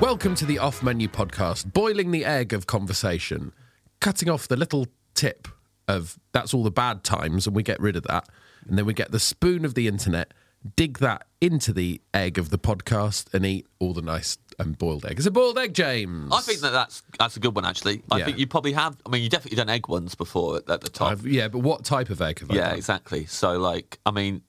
Welcome to the Off Menu Podcast, boiling the egg of conversation, cutting off the little tip of that's all the bad times, and we get rid of that. And then we get the spoon of the internet, dig that into the egg of the podcast, and eat all the nice and boiled egg. It's a boiled egg, James. I think that that's that's a good one actually. I Yeah. think you probably have. I mean, you definitely done egg ones before at, at the top. I've- yeah, but what type of egg have I yeah, done? exactly. So like, I mean,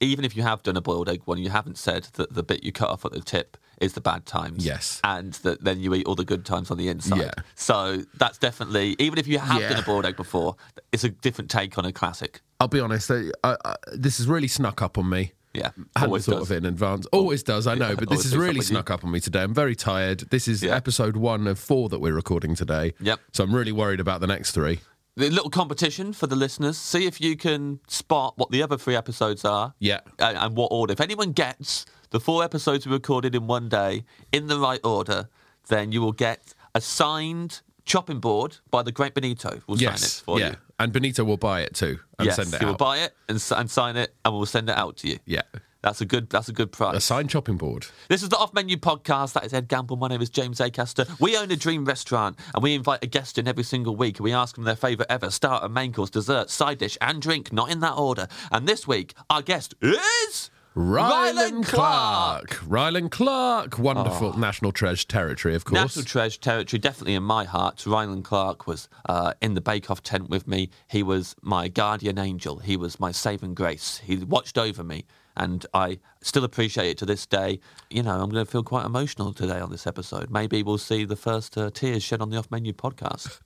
even if you have done a boiled egg one, you haven't said that the bit you cut off at the tip is the bad times. Yes. and that then you eat all the good times on the inside. Yeah. So that's definitely even if you have Yeah. done a boiled egg before, it's a different take on a classic. I'll be honest, I, I, I, this has really snuck up on me. Yeah, I hadn't always thought does. of it in advance. Always does, I know, but this has always picks up really on you. snuck up on me today. I'm very tired. This is Yeah. episode one of four that we're recording today. Yep. So I'm really worried about the next three. The little competition for the listeners. See if you can spot what the other three episodes are. Yeah. And, and what order. If anyone gets the four episodes we recorded in one day in the right order, then you will get a signed chopping board by the great Benito. We'll sign it yes. for yeah. you. And Benito will buy it too and yes. send it you will out. buy it and, s- and sign it, and we'll send it out to you. yeah. That's a good. That's a good price. A signed chopping board. This is the Off Menu Podcast. That is Ed Gamble. My name is James Acaster. We own a dream restaurant and we invite a guest in every single week. We ask them their favourite ever starter, main course, dessert, side dish, and drink, not in that order. And this week, our guest is. Rylan Clark. Rylan Clark. Wonderful national treasure territory, of course. National treasure territory, definitely in my heart. Ryland Clark was uh, in the Bake Off tent with me. He was my guardian angel. He was my saving grace. He watched over me, and I still appreciate it to this day. You know, I'm going to feel quite emotional today on this episode. Maybe we'll see the first uh, tears shed on the Off Menu podcast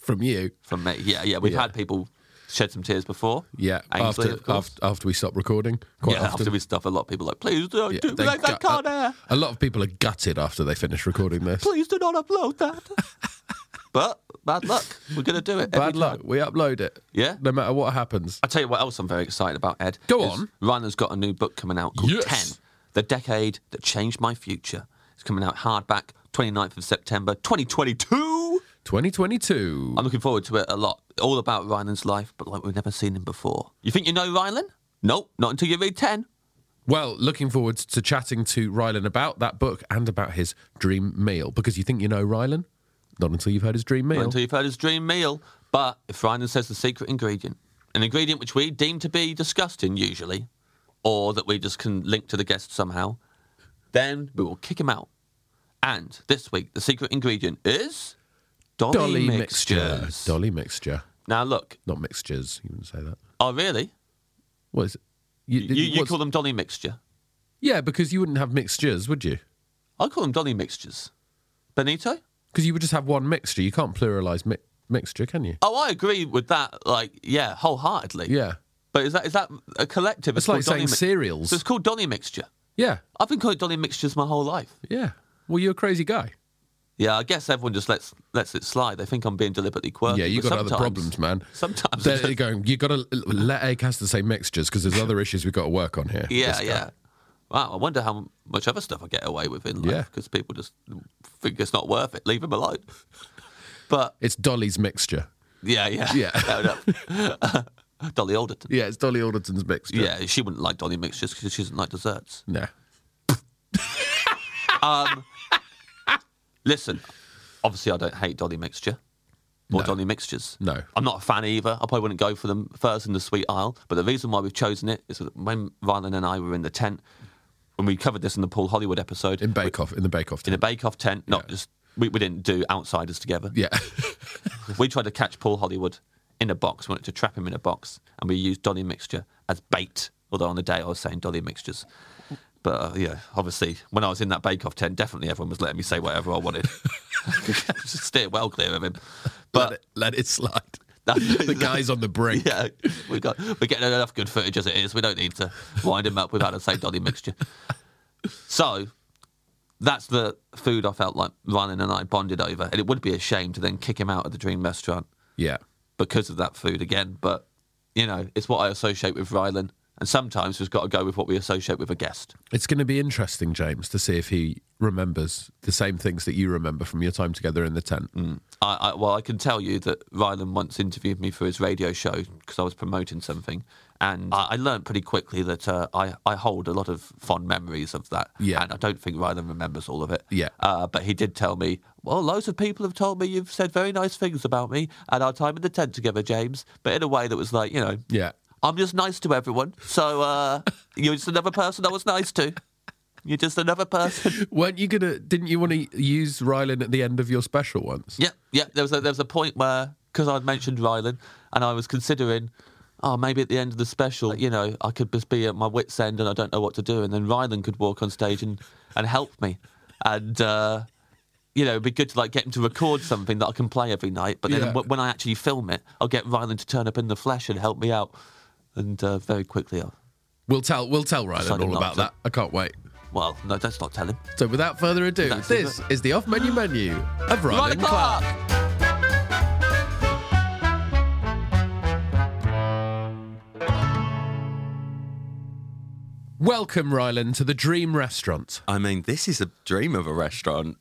From you. from me. Yeah, yeah, we've Yeah. had people shed some tears before. Yeah. Ainsley, after, of course. after after we stop recording. Quite yeah, often. after we stuff, a lot of people are like, please don't Yeah, do they like that, gu- can't air. a lot of people are gutted after they finish recording this. Please do not upload that. but bad luck. We're going to do it. every Bad time. luck. We upload it. Yeah. No matter what happens. I tell you what else I'm very excited about, Ed. Go is on. Ryland's got a new book coming out called Yes. Ten: The Decade That Changed My Future. It's coming out hardback, 29th of September, 2022. 2022. I'm looking forward to it a lot. All about Ryland's life, but like we've never seen him before. You think you know Ryland? Nope, not until you read Ten. Well, looking forward to chatting to Rylan about that book and about his dream meal because you think you know Rylan? Not until you've heard his dream Not meal. until you've heard his dream meal. But if Ryland says the secret ingredient, an ingredient which we deem to be disgusting usually, or that we just can link to the guest somehow, then we will kick him out. And this week, the secret ingredient is Dolly, Dolly mixtures. mixture. Dolly mixture. Now, look, Not mixtures. You wouldn't say that. oh, really? What is it? You, You, you what's- call them Dolly mixture. Yeah, because you wouldn't have mixtures, would you? I call them Dolly mixtures. Benito? Because you would just have one mixture. You can't pluralize mi- mixture, can you? Oh, I agree with that, like, yeah, wholeheartedly. Yeah. But is that is that a collective? It's like called Dolly saying mi- cereals. So it's called Dolly mixture. Yeah. I've been calling it Dolly mixtures my whole life. Yeah. Well, you're a crazy guy. Yeah, I guess everyone just lets lets it slide. They think I'm being deliberately quirky. Yeah, you've but got other sometimes- problems, man. Sometimes. There you go. You've got to let Acaster say mixtures because there's other issues we've got to work on here. yeah, This guy. yeah. Wow, I wonder how much other stuff I get away with in life Yeah. because people just think it's not worth it. Leave them alone. But It's Dolly's mixture. yeah, yeah, Yeah. fair enough. Dolly Alderton. Yeah, it's Dolly Alderton's mixture. Yeah, she wouldn't like Dolly mixtures because she doesn't like desserts. No. Listen, obviously, I don't hate Dolly Mixture or Dolly Mixtures. No. I'm not a fan either. I probably wouldn't go for them first in the sweet aisle. But the reason why we've chosen it is that when Rylan and I were in the tent, when we covered this in the Paul Hollywood episode, In Bake Off, in the Bake Off. in a Bake Off tent, not Yeah. just, we, we didn't do outsiders together. yeah. We tried to catch Paul Hollywood in a box, wanted to trap him in a box, and we used Dolly Mixture as bait. Although on the day I was saying Dolly Mixtures. But uh, yeah, obviously, when I was in that Bake Off tent, definitely everyone was letting me say whatever I wanted. Just Steer well clear of him. But let But it, let it slide. That's- the guy's on the brink. Yeah, we got we're getting enough good footage as it is. We don't need to wind him up with that same dodgy mixture. So that's the food I felt like Ryan and I bonded over, and it would be a shame to then kick him out of the dream restaurant Yeah. because of that food again. But you know, it's what I associate with Rylan, and sometimes we've got to go with what we associate with a guest. It's going to be interesting, James, to see if he remembers the same things that you remember from your time together in the tent. I, I, well, I can tell you that Rylan once interviewed me for his radio show because I was promoting something, and I, I learned pretty quickly that uh, I, I hold a lot of fond memories of that. Yeah. And I don't think Rylan remembers all of it. Yeah. Uh, but he did tell me, well, loads of people have told me you've said very nice things about me and our time in the tent together, James, but in a way that was like, you know, Yeah. I'm just nice to everyone. So uh, you're just another person I was nice to. You're just another person. Weren't you gonna? Didn't you want to use Rylan at the end of your special once? Yeah, yeah. There was a, there was a point where because I'd mentioned Rylan, and I was considering, oh, maybe at the end of the special, you know, I could just be at my wits' end and I don't know what to do, and then Rylan could walk on stage and and help me, and. Uh, you know, it'd be good to like get him to record something that I can play every night. But then Yeah. w- when I actually film it, I'll get Rylan to turn up in the flesh and help me out. And uh, very quickly, I'll, We'll tell. We'll tell Rylan Sign him all up about to- that. I can't wait. well, no, that's not telling. So without further ado, That's it. this is the off-menu menu of Rylan Rylan Clark. Clark. Welcome, Rylan, to the Dream Restaurant. I mean, this is a dream of a restaurant.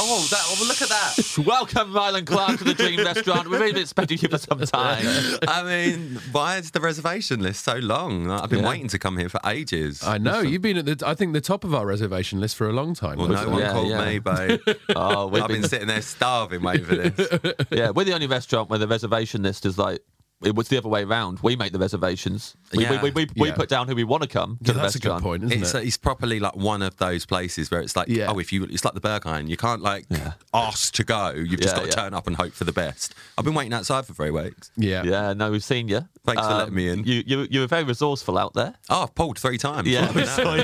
Oh, that, oh, look at that. Welcome, Rylan Clark, to the Dream Restaurant. We've been expecting you for some time. I mean, why is the reservation list so long? Like, I've been Yeah. waiting to come here for ages. I know you've been at the. I think the top of our reservation list for a long time. well, no wasn't one it? Yeah, called yeah. me, babe. Oh, we've I've been sitting there starving waiting for this. yeah, we're the only restaurant where the reservation list is like, it was the other way around. We make the reservations. We, Yeah. we, we, we, we Yeah. put down who we want to come to Yeah, the that's a good restaurant. point, isn't It's, it? it's properly like one of those places where it's like, Yeah. oh, if you, it's like the Berghain. You can't like ask to go. You've just Yeah, got to yeah. turn up and hope for the best. I've been waiting outside for three weeks. yeah. Yeah, no, we've seen you. Thanks for letting me in. You, you, you were very resourceful out there. Oh, I've pulled three times. Yeah, Blimey,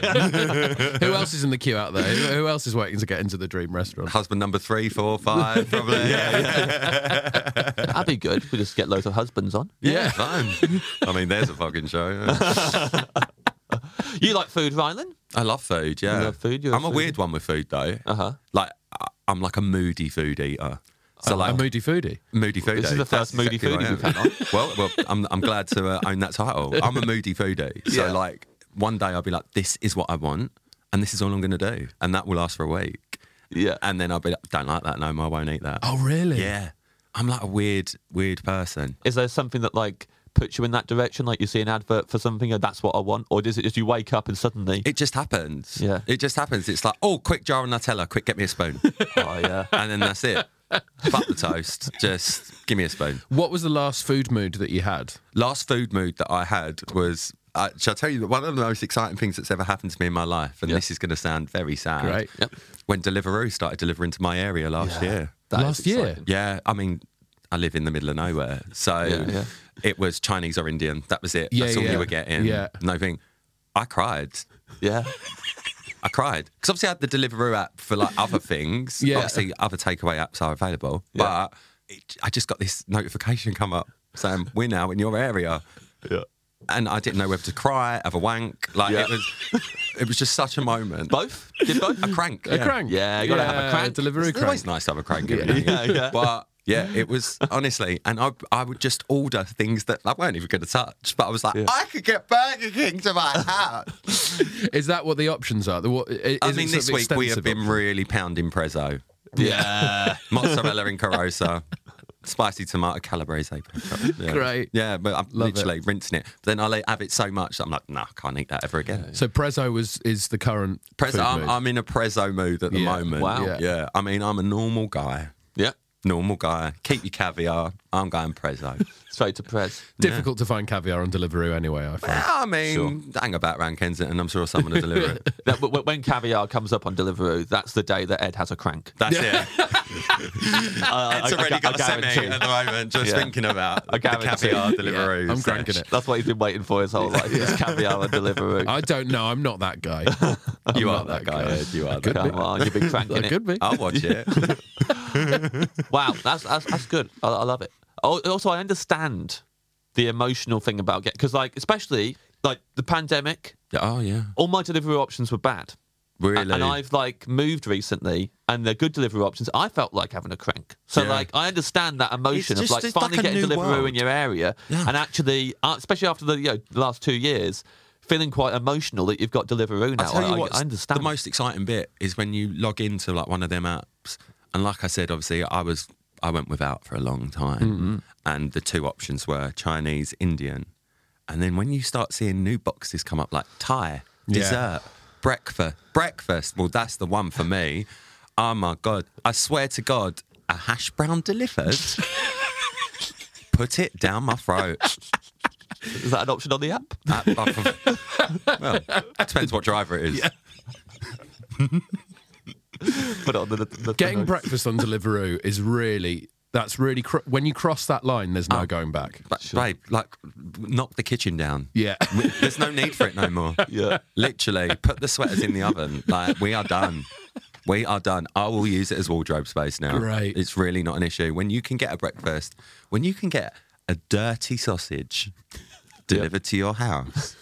no. Who else is in the queue out there? Who who else is waiting to get into the Dream Restaurant? Husband number three, four, five, probably. yeah, yeah. that'd be good. We just get loads of husbands on. Yeah. fine. I mean, there's a fucking show. You like food, Rylan? I love food. Yeah, love food? You're a I'm a foodie? weird one with food though. Uh-huh. Like I- I'm like a moody food eater. a So like moody foodie. moody Oh, foodie. This is the That's first moody exactly foodie what I we've am. had on. Well, well, I'm I'm glad to uh, own that title. I'm a moody foodie. So Yeah. like one day I'll be like, this is what I want, and this is all I'm gonna do, and that will last for a week, Yeah. and then I'll be like, don't like that no more. I won't eat that. Oh, really? yeah. I'm like a weird, weird person. Is there something that like puts you in that direction? Like you see an advert for something and that's what I want? Or does it just you wake up and suddenly. It just happens. Yeah. It just happens. It's like, oh, quick jar of Nutella, quick, get me a spoon. oh, yeah. and then that's it. Fuck the toast. Just give me a spoon. What was the last food mood that you had? Last food mood that I had was. Uh, shall I tell you that one of the most exciting things that's ever happened to me in my life, and Yeah. this is going to sound very sad. Great. Yep. When Deliveroo started delivering to my area last year. That is Last year? exciting. Yeah, I mean, I live in the middle of nowhere, so Yeah, yeah. it was Chinese or Indian. That was it. Yeah, that's all yeah. you were getting. Yeah. No thing. I cried. Yeah. I cried because obviously I had the Deliveroo app for like other things. Yeah. Obviously, other takeaway apps are available, Yeah. but it, I just got this notification come up saying we're now in your area, Yeah. and I didn't know whether to cry, have a wank. Like Yeah. it was, it was just such a moment. Both? Did both? a crank. A crank. Yeah, you gotta have a crank. Delivery It's crank. always nice to have a crank. isn't it? Yeah, yeah. But yeah, it was honestly, and I I would just order things that I weren't even going to touch, but I was like, I could get Burger King to my house. Is that what the options are? The, what, is I it mean, sort this of week we have extensive been options? really pounding prezzo, Yeah. mozzarella and carosa, spicy tomato calabrese. pepper. Yeah. Great. Yeah, but I'm Love it. literally rinsing it. But then I like, have it so much that I'm like, nah, I can't eat that ever again. So Prezzo was is the current Prezzo, food I'm, mood. I'm in a prezzo mood at the Yeah. moment. Wow. Yeah. Yeah. I mean, I'm a normal guy. yeah. Normal guy. Keep your caviar. I'm going prezzo. Straight to press. Difficult to find caviar on Deliveroo anyway. I find. I mean, hang about round Kensington. I'm sure someone will deliver it. That, w- w- when caviar comes up on Deliveroo, that's the day that Ed has a crank. That's it. Uh, It's I- I already gu- got I a semi guarantee. at the moment. Just Yeah. thinking about the guarantee. caviar delivery. Yeah, I'm cranking it. That's what he's been waiting for his whole life. It's caviar on Deliveroo. I don't know. I'm not that guy. I'm You are not that guy. Ed. You are that Come guy. on, you've been I Oh. cranking it. could be. I'll watch it. Wow, that's, that's that's good. I, I love it. Al- Also, I understand the emotional thing about get because, like, especially like the pandemic, Oh yeah, all my delivery options were bad. A- really. And I've like moved recently, and the good delivery options. I felt like having a crank, so Yeah. like I understand that emotion It's just- of like it's finally like a getting new Deliveroo in world. your area, Yeah. and actually, uh, especially after the you know, last two years, feeling quite emotional that you've got Deliveroo now. I tell I- you I- what, I understand. The most exciting bit is when you log into like one of them apps, and like I said, obviously I was I went without for a long time, and the two options were Chinese, Indian, and then when you start seeing new boxes come up like Thai, Yeah. dessert, breakfast, breakfast. Well, that's the one for me. Oh my god! I swear to God, a hash brown delivered. Put it down my throat. Is that an option on the app? Uh, well, depends what driver it is. Put it on the, the, the Getting notes. breakfast on Deliveroo is really that's really cr- when you cross that line, there's no going back. But babe, like knock the kitchen down. Yeah. We- There's no need for it no more. Yeah. Literally, put the sweaters in the oven. Like we are done. We are done. I will use it as wardrobe space now. Great. It's really not an issue. When you can get a breakfast, when you can get a dirty sausage delivered to your house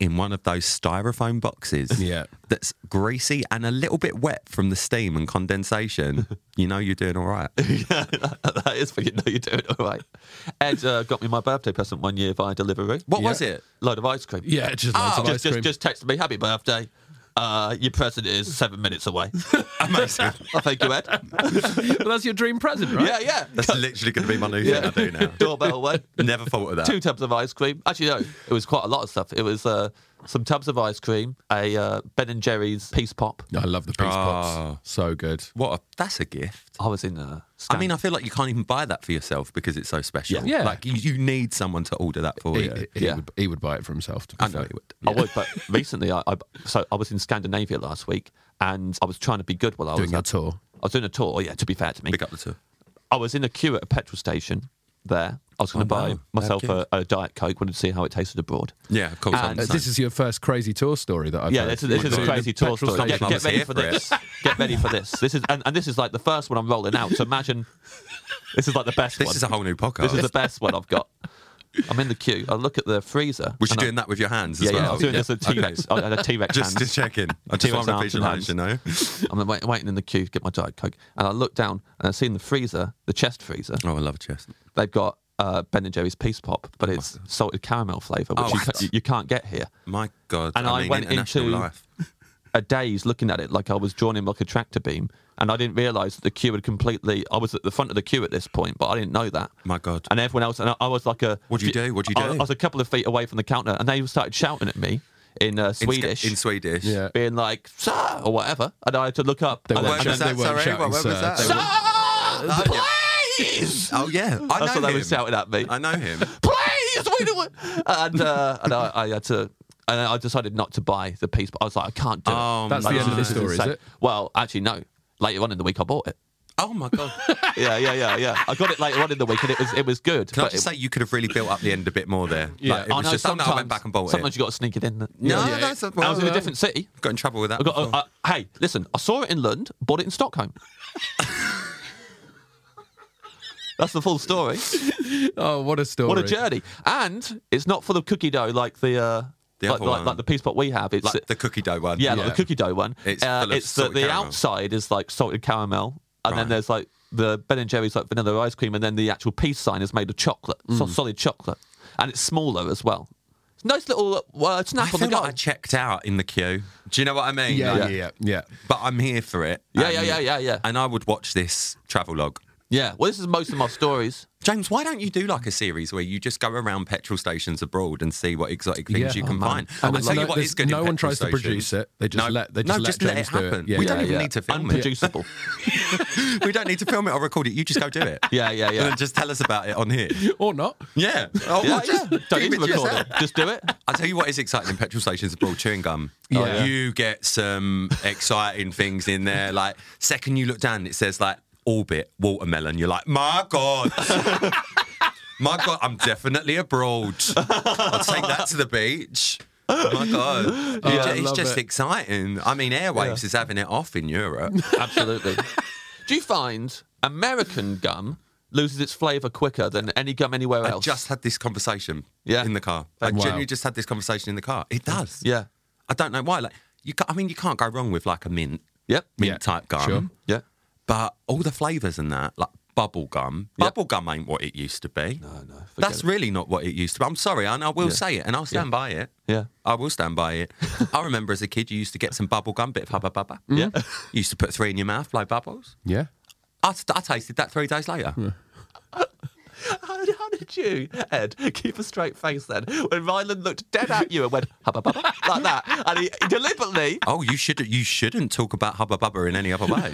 in one of those styrofoam boxes Yeah. that's greasy and a little bit wet from the steam and condensation, you know you're doing all right. that is for you. No, you're doing all right. Ed uh, got me my birthday present one year via delivery. What Yeah. was it? Ah, Load of ice cream. Yeah, just loads Oh, of ice just, cream. just, just texted me, happy birthday. Uh, your present is seven minutes away. Amazing. oh, thank you, Ed. Well, that's your dream present, right? yeah, yeah. That's literally going to be my new thing I do now. Doorbell went. Never thought of that. Two tubs of ice cream. Actually, no, it was quite a lot of stuff. It was uh, some tubs of ice cream, a uh, Ben and Jerry's Peace Pop. I love the peace Oh. pops. So good. What? A, that's a gift. I was in uh, a. I mean, I feel like you can't even buy that for yourself because it's so special. Yeah. Yeah. Like you, you need someone to order that for He, you. he Yeah. would, he would buy it for himself. To be I know fair. you would. I would, but recently, I, I so I was in Scandinavia last week, and I was trying to be good while I Doing was your tour. I was doing a tour. Yeah, to be fair to me, Pick up the two. I was in a queue at a petrol station. There, I was going to Oh, buy wow. myself Okay. a, a diet coke. Wanted to see how it tasted abroad. Yeah, of course. And- I'm Uh, the this same. is your first crazy tour story that I've Yeah, heard. this is, this is a Doing the crazy tour petrol station story. Get, I on get was ready here for for it. this. get ready for this. This is and, and this is like the first one I'm rolling out. So imagine this is like the best this one. is a whole new podcast. This is the best one I've got. I'm in the queue. I look at the freezer. was you and I- doing that with your hands as Yeah, yeah. I well? was doing this with a T-Rex. I had a T-Rex Just to hand. check in. I just T-Rex want to arms and visualize, you know? I'm wait, waiting in the queue to get my Diet Coke. And I look down and I see in the freezer, the chest freezer, Oh, I love a chest. they've got uh, Ben and Jerry's Peace Pop, but it's salted caramel flavour, which Oh, you, what? ca- you, you can't get here. My God. And I mean, went international into- life. A daze looking at it like I was drawn in like a tractor beam. And I didn't realise that the queue had completely. I was at the front of the queue at this point, but I didn't know that. My God. And everyone else, and I, I was like a. What do you do? What do you I, do? I was a couple of feet away from the counter, and they started shouting at me in uh, In Sc- Swedish. In Swedish. Oh, Yeah. being like sir or whatever, and I had to look up. They and weren't then- Where shouting- was they that? weren't shouting, Sorry, what where sir. was that? They Sir, weren't- please! Oh, yeah. I That's know what they him. were shouting at me. I know him. Please, we do it. And, uh, and I, I had to. And I decided not to buy the piece, but I was like, I can't do it. Oh, That's Like, the this end of the this story, is insane. it? Well, actually, no. Later on in the week, I bought it. Oh, my God. Yeah, yeah, yeah, yeah. I got it later on in the week, and it was it was good. Can I but just it- say you could have really built up the end a bit more there? Yeah. Like, it I was know just, oh, no, I went back and bought sometimes it. you got to sneak it in. No, Yeah. that's a, I was in a different city. Got in trouble with that. I got, before. uh, uh, hey, listen, I saw it in Lund, bought it in Stockholm. That's the full story. Oh, what a story! What a journey! And it's not full of cookie dough like the, uh, The like, other like, one. like the peace pot we have. It's like the cookie dough one. yeah, Yeah. like the cookie dough one. Uh, It's full of it's the, salted the caramel. outside is like salted caramel, and then Right. there's like the Ben and Jerry's like vanilla ice cream, and then the actual peace sign is made of chocolate, Mm. so solid chocolate, and it's smaller as well. It's a nice little uh, I snack on feel the go. like I checked out in the queue. Do you know what I mean? Yeah, yeah, Like, yeah, yeah. But I'm here for it. Yeah, and- yeah, yeah, yeah, yeah. And I would watch this travel log. yeah, well, this is most of my stories. James, why don't you do like a series where you just go around petrol stations abroad and see what exotic things Yeah. you Oh, can man. find? And I it's tell no- you what there's- is good. in no one petrol tries to produce stations. it. They just no, let- they no, just let just let it James do it. happen. Yeah, we yeah, don't even yeah. need to film it. Unproducible. we don't need to film it or record it. You just go do it. Yeah, yeah, yeah. And then just tell us about it on here. or not? Yeah. Oh, Yeah, well, just yeah. Don't keep need to it record yourself. it. Just do it. I tell you what is exciting in petrol stations abroad chewing gum. Oh, yeah. You get some exciting things in there. Like second you look down, it says like orbit watermelon. You're like, my god. My God, I'm definitely abroad. I'll take that to the beach. My God. I it's love just it. exciting. I mean, Airwaves is having it off in Europe. Absolutely. Do you find American gum loses its flavour quicker than any gum anywhere I else. just had this conversation Yeah. in the car. Oh, I Wow. genuinely just had this conversation in the car. It does. yeah, I don't know why. Like you, ca- I mean, you can't go wrong with like a mint, yep, mint Yeah, type gum. sure. yeah. But all the flavors and that, like bubble gum, Yep. bubble gum ain't what it used to be. No, no, forget That's it. really not what it used to be. I'm sorry, and I will say it, and I'll stand by it. Yeah. I will stand by it. I remember as a kid, you used to get some bubble gum, bit of hubba bubba. Yeah. You used to put three in your mouth, blow bubbles. Yeah. I, st- I tasted that three days later. How, how did you, Ed, keep a straight face then when Ryland looked dead at you and went hubba bubba like that, and he deliberately Oh, you should you shouldn't talk about hubba bubba in any other way.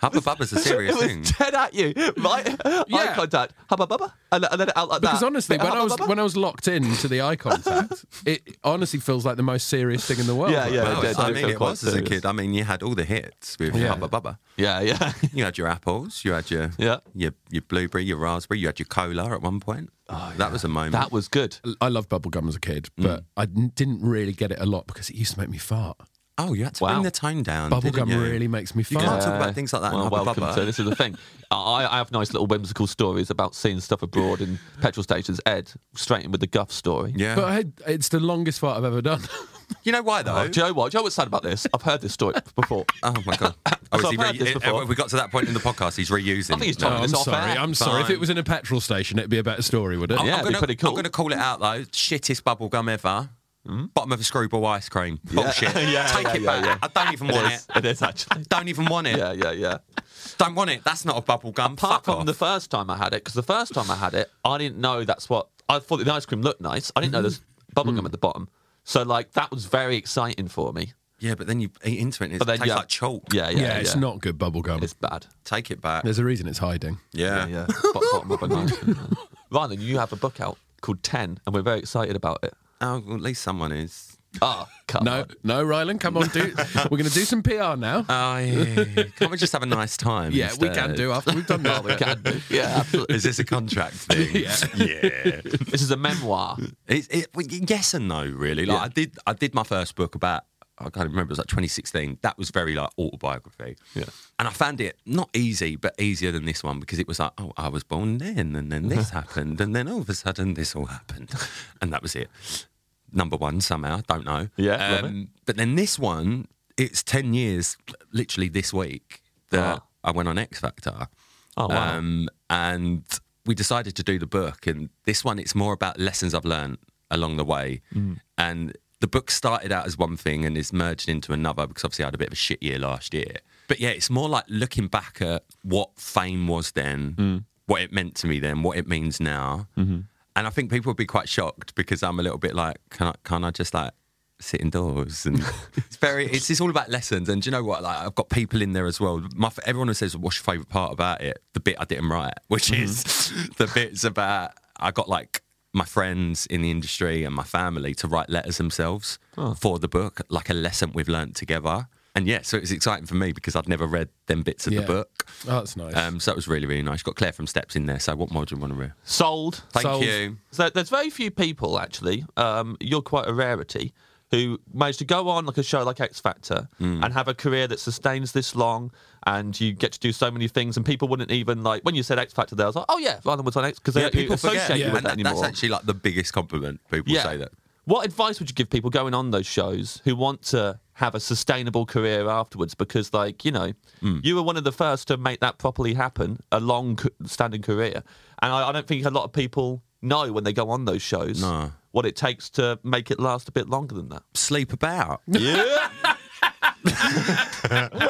hubba bubba's a serious it was thing. dead at you, right? Eye Yeah. contact, hubba bubba, and, and then out like that. Because honestly, Bit of when I hubba was bubba. when I was locked into the eye contact, it honestly feels like the most serious thing in the world. Yeah, yeah. Well, it did. I It mean, felt it quite was as a serious. kid. I mean, you had all the hits with Yeah. hubba bubba. yeah, yeah, You had your apples, you had your, Yeah. your your blueberry, your raspberry, you had your cola at one point. Oh, That was a moment. that was good. I loved bubblegum as a kid, Mm. but I n- didn't really get it a lot because it used to make me fart. oh, you had to Wow. bring the tone down. didn't Bubblegum you? really makes me You fart. can't talk about things like that in Uh, Well, Hubba welcome Bubba. to this is the thing. I, I have nice little whimsical stories about seeing stuff abroad in petrol stations. Ed, straight in with the guff story. Yeah. But uh, I, it's the longest fart I've ever done. you know why though? Oh, do you know what? Do you know what's sad about this? I've heard this story before. Oh my god! Oh, So is he I've heard this re- before. have we got to that point in the podcast? He's reusing. I think he's it now. trying I'm It's off sorry. air. I'm sorry. If Fine. Oh, it was in a petrol station, it'd be a better story, would it? Yeah, I'm it'd be gonna, pretty cool. Hmm? I'm going to call it out though. Shittest bubble gum ever. Bottom of a screwball ice cream. Bullshit. Yeah, Take yeah, it yeah, back. yeah. I don't even want it, it. is, it is actually. Don't even want it. Yeah, yeah, yeah. Don't want it. That's not a bubble gum. Apart Fuck from off. the first time I had it, because the first time I had it, I didn't know that's what I thought the ice cream looked nice. I didn't Mm-hmm. know there's bubblegum Mm. at the bottom. So like that was very exciting for me. yeah, but then you eat into it. And it But then tastes yeah. like chalk. Yeah, yeah. yeah, it's not good bubblegum. It's bad. Take it back. There's a reason it's hiding. Yeah. Yeah, yeah. Bo- bottom of an ice cream. Rylan, you have a book out called Ten, and we're very excited about it. Oh, well, at least someone is. Ah, come No, on. no, Rylan, come on, do. We're going to do some PR now. Oh, yeah. Can't we just have a nice time? yeah, we instead? can do after we've done that. We can do. Yeah, absolutely. Is this a contract thing? yeah. yeah. This is a memoir. It's, it, well, y- yes and no, really. Like I did, I did my first book about I can't even remember. It was like 2016. That was very like autobiography. Yeah. and I found it not easy, but easier than this one because it was like, oh, I was born then, and then this happened, and then all of a sudden this all happened, and that was it. Number one somehow, don't know. Yeah, love um, but then this one, it's 10 years, literally this week that Wow. I went on X Factor. Oh, wow. Um, and we decided to do the book. And this one, it's more about lessons I've learned along the way. Mm. And the book started out as one thing and is merged into another because obviously I had a bit of a shit year last year. But yeah, it's more like looking back at what fame was then, Mm. what it meant to me then, what it means now. Mm-hmm. And I think people would be quite shocked because I'm a little bit like, can I, can I just like sit indoors and it's very it's, it's all about lessons and do you know what like i've got people in there as well my f- everyone who says what's your favorite part about it the bit i didn't write which Mm-hmm. is the bits about i got like my friends in the industry and my family to write letters themselves Oh. for the book like a lesson we've learnt together and yeah so it was exciting for me because i'd never read them bits of Yeah. the book Oh, that's nice. um so it was really really nice got claire from steps in there so what more do you want to read Sold. thank Sold. you So there's very few people actually. Um, you're quite a rarity who manage to go on like a show like X Factor and have a career that sustains this long, and you get to do so many things, and people wouldn't even like when you said X Factor. They was like, oh yeah, Ryland was on X because they don't associate you Yeah. with And that that- anymore. that's actually like the biggest compliment people yeah. say that What advice would you give people going on those shows who want to have a sustainable career afterwards? Because, like, you know, Hmm. you were one of the first to make that properly happen, a long c- standing career. And I, I don't think a lot of people know when they go on those shows No. what it takes to make it last a bit longer than that. sleep about Yeah.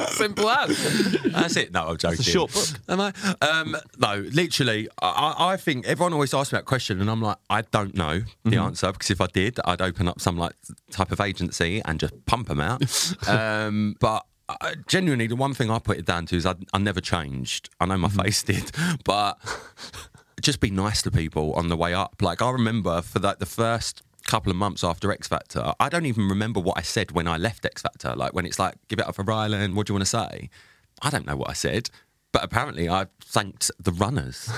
Simple as. That's it. No, I'm joking. a short book. Am I? Um, no, literally, I, I I think everyone always asks me that question, and I'm like, I don't know the Mm-hmm. answer because if I did, I'd open up some like type of agency and just pump them out. um, but I, genuinely, the one thing I put it down to is I, I never changed. I know my Mm-hmm. face did, but just be nice to people on the way up. Like I remember for like the first couple of months after X Factor, I don't even remember what I said when I left X Factor. Like when it's like, give it up for Ryland, what do you want to say? I don't know what I said. But apparently I thanked the runners.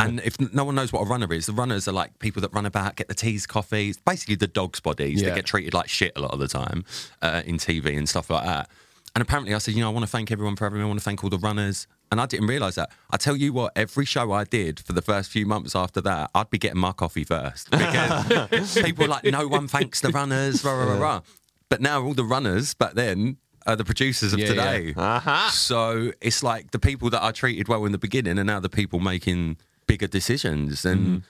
And if no one knows what a runner is, the runners are like people that run about, get the teas, coffees, basically the dogs' bodies. They Yeah. get treated like shit a lot of the time uh, in TV and stuff like that. And apparently, I said, you know, I want to thank everyone for everything. I want to thank all the runners. And I didn't realise that. I tell you what, every show I did for the first few months after that, I'd be getting my coffee first because people were like, no one thanks the runners, rah, rah, rah, rah. But now all the runners back then are the producers of Yeah, today. Ah. So it's like the people that I treated well in the beginning are now the people making bigger decisions. Mm-hmm. And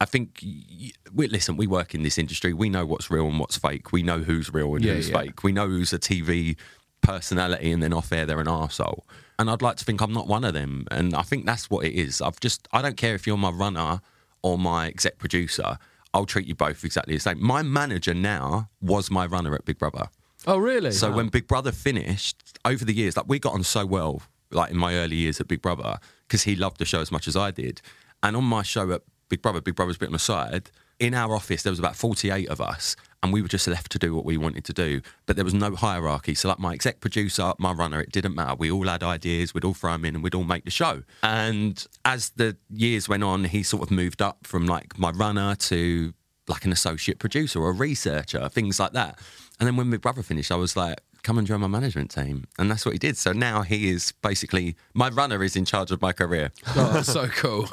I think, y- we, listen, we work in this industry. We know what's real and what's fake. We know who's real and Yeah, who's yeah. fake like, we know who's a TV personality and then off air they're an arsehole. And I'd like to think I'm not one of them. And I think that's what it is. I've just I don't care if you're my runner or my exec producer, I'll treat you both exactly the same. My manager now was my runner at Big Brother. Oh, really? So when Big Brother finished, over the years, like we got on so well, like in my early years at Big Brother, because he loved the show as much as I did. And on my show at Big Brother, Big Brother's bit on the side, in our office there was about 48 of us, and we were just left to do what we wanted to do. But there was no hierarchy. So like my exec producer, my runner, it didn't matter. We all had ideas, we'd all throw them in and we'd all make the show. And as the years went on, he sort of moved up from like my runner to like an associate producer or a researcher, things like that. And then when Big Brother finished, I was like, come and join my management team. And that's what he did. So now he is basically my runner is in charge of my career. Oh, that's so cool.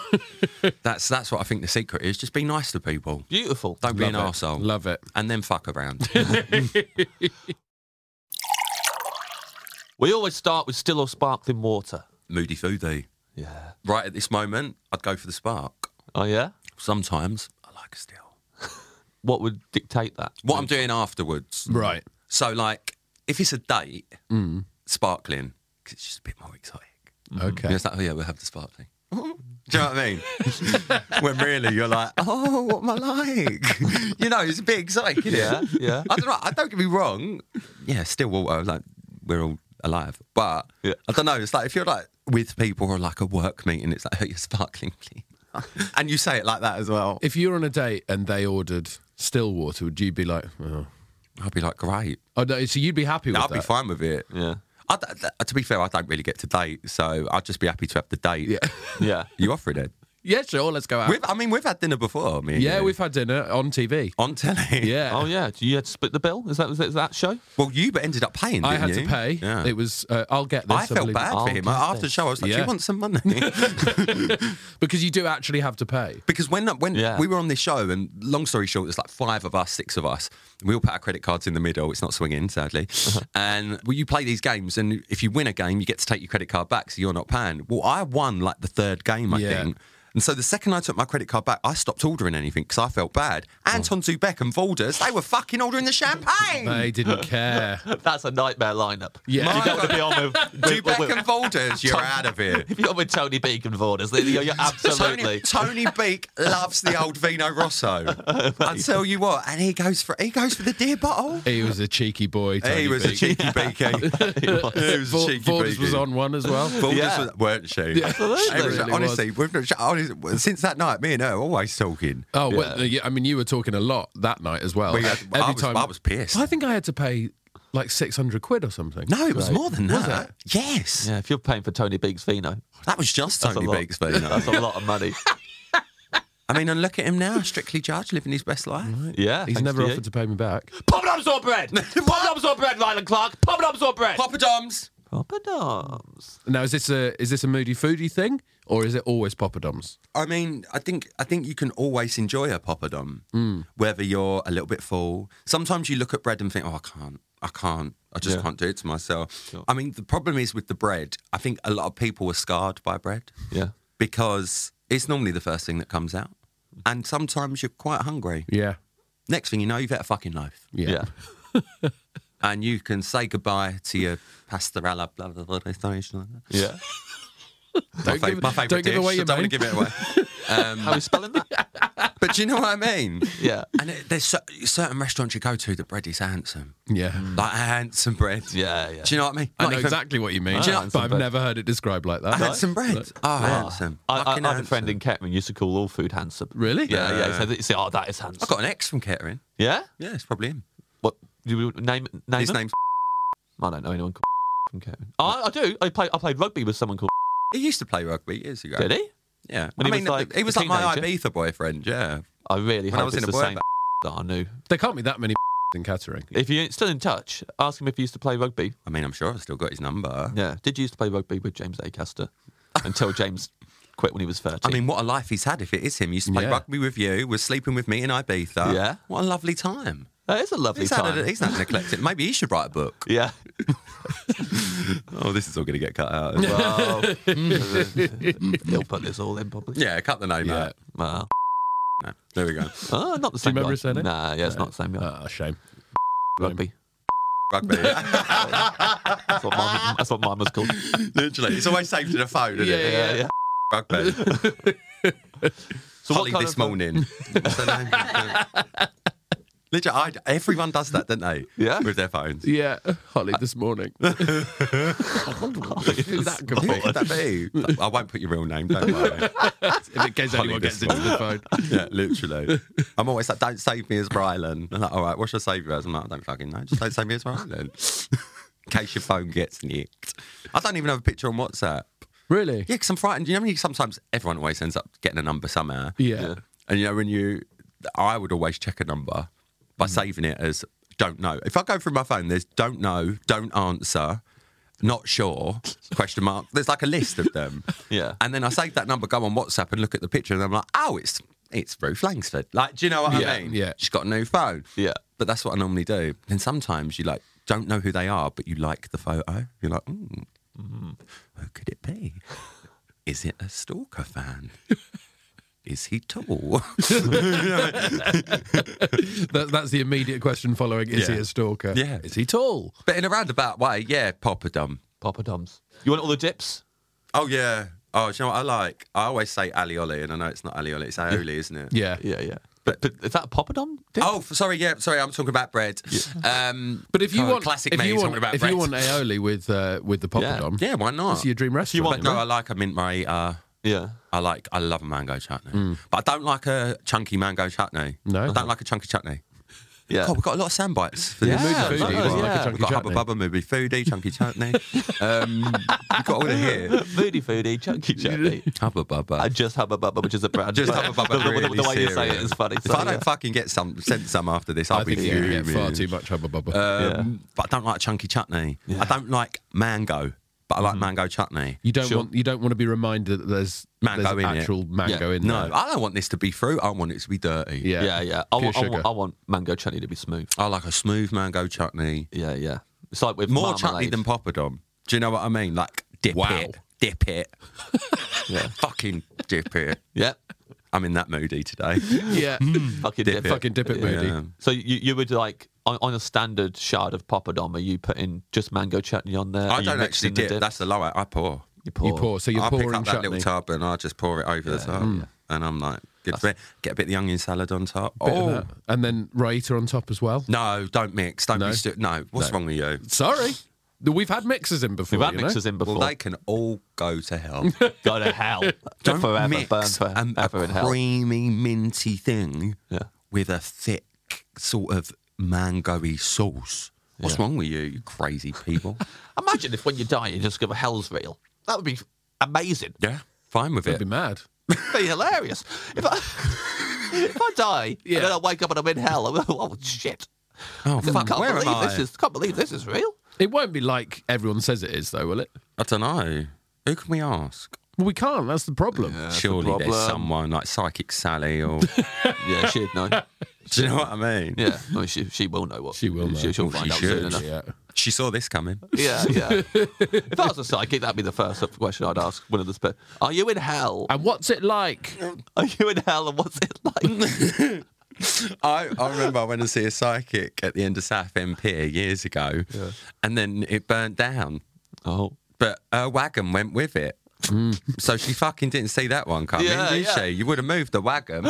That's that's what I think the secret is. Just be nice to people. Beautiful. Don't be an Love it. arsehole. Love it. and then fuck around. We always start with still or sparkling water. Moody foodie. Yeah. Right at this moment, I'd go for the spark. Oh yeah. Sometimes I like a still. What would dictate that? What I'm doing afterwards. Right. Mm. So like if it's a date, sparkling, because it's just a bit more exotic. Okay. And it's like, oh yeah, we'll have the sparkling. Oh. Do you know what I mean? when really you're like, oh, what am I like? you know, it's a bit exciting, isn't Yeah, it? yeah. I don't know. I don't get me wrong. Yeah, still water. Like we're all alive, but Yeah. I don't know. It's like if you're like with people or like a work meeting, it's like, oh, you're sparkling, please. and you say it like that as well. If you're on a date and they ordered still water, would you be like, oh, I'd be like, great. oh no, so you'd be happy with I'll that? be fine with it. Yeah. I d- th- to be fair, I don't really get to date, so I'd just be happy to have the date. Yeah. Yeah. You offer it, Ed. yeah, sure. Let's go out. We've, I mean, we've had dinner before. Me and yeah, you. we've had dinner on TV. on telly. Yeah. Oh yeah. Do you have to split the bill? Is that is that show? Well, you but ended up paying. Didn't I had you? to pay. Yeah. It was. Uh, I'll get this. I felt believe- bad I'll for him give after the this. show. I was like, "Do Yeah. you want some money?" because you do actually have to pay. because when when Yeah. we were on this show, and long story short, there's like five of us, six of us. We all put our credit cards in the middle. It's not swinging, sadly. Uh-huh. and well, you play these games, and if you win a game, you get to take your credit card back, so you're not paying. Well, I won like the third game, I Yeah. think. And so the second I took my credit card back, I stopped ordering anything because I felt bad. Oh. Anton Zubek and Valders, they were fucking ordering the champagne. They didn't care. That's a nightmare lineup. Yeah. You don't want to be on with. with, with, Zubek with and Valders, you're out of here. if you're on with Tony Beacon Vorders, then you're, you're absolutely. Tony, Tony Beak loves the old Vino Rosso. I tell you what, and he goes for he goes for the deer bottle. He was a cheeky boy. Tony He was a Beak. cheeky beaky. he was Vo- a cheeky Vorders beaky. was on one as well. Valders Yeah. was, weren't she? Absolutely. She was- Really honestly, we've not, honestly, since that night, me and her are always talking. Oh, well, yeah, I mean, you were talking a lot that night as well. We had- Oh, Every I was- time, I was pissed. I think I had to pay like six hundred quid or something. No, it was more than that. Yes, Yeah, if you're paying for Tony Beak's Vino, that was just That's a Tony lot. Beak's Vino. that's a lot of money. I mean, and look at him now, strictly judged, living his best life. Yeah. He's thanks never to you. offered to pay me back. Poppadoms or bread? Poppadoms or bread, Ryland Clark? Poppadoms or bread? Papa Dom's. Poppadoms. Now, is this a is this a moody foodie thing, or is it always poppadoms? I mean, I think I think you can always enjoy a poppadom, Mm. whether you're a little bit full. Sometimes you look at bread and think, "Oh, I can't, I can't, I just Yeah. can't do it to myself." I mean, the problem is with the bread. I think a lot of people are scarred by bread Yeah. because it's normally the first thing that comes out, and sometimes you're quite hungry. Yeah, Next thing you know, you've had a fucking loaf, yeah. Yeah. and you can say goodbye to your pastorella. Blah blah blah. blah, blah, blah. Yeah. My, give- fav- my favorite don't give dish. away I your don't want to main. give it away. How are we spelling that? but do you know what I mean? Yeah. And it, there's cer- certain restaurants you go to, the bread is handsome. Yeah. Like handsome bread. Mm. Yeah, yeah. Do you know what I mean? I Not know even- exactly what you mean, Do you know- but I've never heard it described like that. Handsome bread. Oh, handsome. Ah, I, I, I Fucking had a handsome. friend in Kettering used to call all food handsome. Really? Yeah, yeah. He said, he said, oh, that is handsome. I've got an ex from Kettering. Yeah? Yeah, it's probably him. What? Do you name, name His him? name's. I don't know anyone called from Kettering. Oh, I, I do. I played, I played rugby with someone called. He used to play rugby years ago. Did he? Yeah. When I he was mean, like he was a like my teenager? Ibiza boyfriend. Yeah. I really When I hope was it's in the a boy same band. that I knew. There can't be that many in Kettering. If you're still in touch, ask him if he used to play rugby. I mean, I'm sure I've still got his number. Yeah. Did you used to play rugby with James Acaster? until James quit when he was 30. I mean, what a life he's had if it is him. He used to play Yeah. rugby with you, was sleeping with me in Ibiza. Yeah. What a lovely time. that is a lovely He's, time. had a, he's had an eclectic. Maybe he should write a book. yeah. Oh, this is all going to get cut out. as well. Well, he'll put this all in probably. yeah, cut the name out. Well, No. There we go. oh, not the same remember guy. his surname? Nah, yeah, it's not the same guy. Ah, shame. Rugby. Rugby. That's what, mine, that's what mine was called. Literally. It's always saved in a phone, isn't it? yeah, yeah. Rugby. So what Holly kind this of- morning. What's her name? Literally, I, everyone does that, don't they? Yeah. With their phones. Yeah, Holly this morning. Who that could Who be. could that be? I won't put your real name, don't worry. If in case anyone this gets into the phone. yeah, literally. I'm always like, don't save me as Rylan. I'm like, all right, what should I save you as? I'm like, I don't fucking know. Just don't save me as Rylan. In case your phone gets nicked. I don't even have a picture on WhatsApp. Really? Yeah, because I'm frightened. You know, when you, sometimes everyone always ends up getting a number somehow. Yeah. And you know, when you, I would always check a Mm. number by saving it as don't know. If I go through my phone, there's don't know, don't answer, not sure, question mark. There's like a list of them. Yeah. And then I save that number, go on WhatsApp and look at the picture, and I'm like, oh, it's it's Ruth Langsford. Like, do you know what Yeah, I mean? yeah. She's got a new phone. Yeah. But that's what I normally do. And sometimes you like don't know who they are, but you like the photo. You're like, mm, who could it be? Is it a stalker fan? Is he tall? That, that's the immediate question following is Yeah. he a stalker? Yeah. Is he tall? but in a roundabout way, yeah, popper dumb. Papa Doms. You want all the dips? Oh yeah. Oh, do you know what I like? I always say alioli, and I know it's not alioli, it's aioli, isn't it? Yeah. Yeah, yeah. But, but is that a Papa Dom dip? Oh, f- sorry, yeah, sorry, I'm talking about bread. Um, But if you oh, want classic if me you talking want about if bread. you want aioli with uh, with the Yeah. poppadom, yeah, why not? that's your dream restaurant. want- no, I like a mint uh, marita. Yeah. I like, I love a mango chutney, but I don't like a chunky mango chutney. No. I don't like a chunky chutney. Yeah. God, we've got a lot of sound bites for this. Movie Yeah, foodie, those, you want like yeah. a We've chunky got Hubba chutney. Bubba, movie foodie, chunky chutney. um, we've got all the here. Foodie, foodie, chunky, chunky. Hubba I Bubba. just have a bubba, which is a brand. Just but Hubba Bubba. The, the- the- the really way you say it serious. is funny. If so, I don't yeah. fucking get some, sent some after this, I'll I be think you're going furious. to get far too much hubba bubba. Um, But I don't like chunky chutney. I don't like mango, but I like mango chutney. you don't sure. want you don't want to be reminded that there's Mango there's in it. actual mango in No, there. I don't want this to be fruit. I want it to be dirty. Yeah. Yeah, yeah. I Pure want, I, want, sugar. I want mango chutney to be smooth. I like a smooth mango chutney. Yeah, yeah. It's like with More marmalade. chutney than poppadom. Do you know what I mean? Like dip Wow. it, dip it, Yeah. fucking dip it. yeah. I'm in that moody today. Yeah. Fucking Mm. Dip dip. it. it. Fucking dip it, moody. Yeah. So you, you would like on, on a standard shard of poppadom, are you putting just mango chutney on there? Are I you don't actually mixing the dip. That's the lower. I pour. you pour. You pour, so you're I pick pouring up that chutney. Mm. little tub and I just pour it over the top, and I'm like, good for it. Get a bit of the onion salad on top. Bit of Oh that. And then raita on top as well. no, don't mix. Don't No? no. be stu- No, what's wrong with you? Sorry. We've had mixers in before. We've had you know? mixers in before. Well, they can all go to hell. Go to hell. Don't forever mix burn forever um, a in hell. creamy, minty thing Yeah. with a thick sort of mangoey sauce. What's wrong with you, you crazy people? Imagine if when you die you discover hell's real. That would be amazing. yeah, fine with I'd it. be mad. It'd be hilarious. If I, if I die Yeah. and then I wake up and I'm in hell, I'm like, oh shit. Oh, I can't where believe am I? this is can't believe this is real. It won't be like everyone says it is, though, will it? I don't know. Who can we ask? Well, we can't. That's the problem. Surely there's problem. someone like Psychic Sally or. Yeah, she'd know. Do you know what I mean? Yeah, well, she she will know what She will know. She'll Well, find she out should. soon enough. Yeah. She saw this coming. Yeah, yeah. if I was a psychic, that'd be the first question I'd ask one of the spe- Are you in hell? And what's it like? Are you in hell and what's it like? I, I remember I went to see a psychic at the end of South MP years ago, and then it burnt down. oh. but her wagon went with it. So she fucking didn't see that one coming, Yeah, did yeah. she? You would have moved the wagon.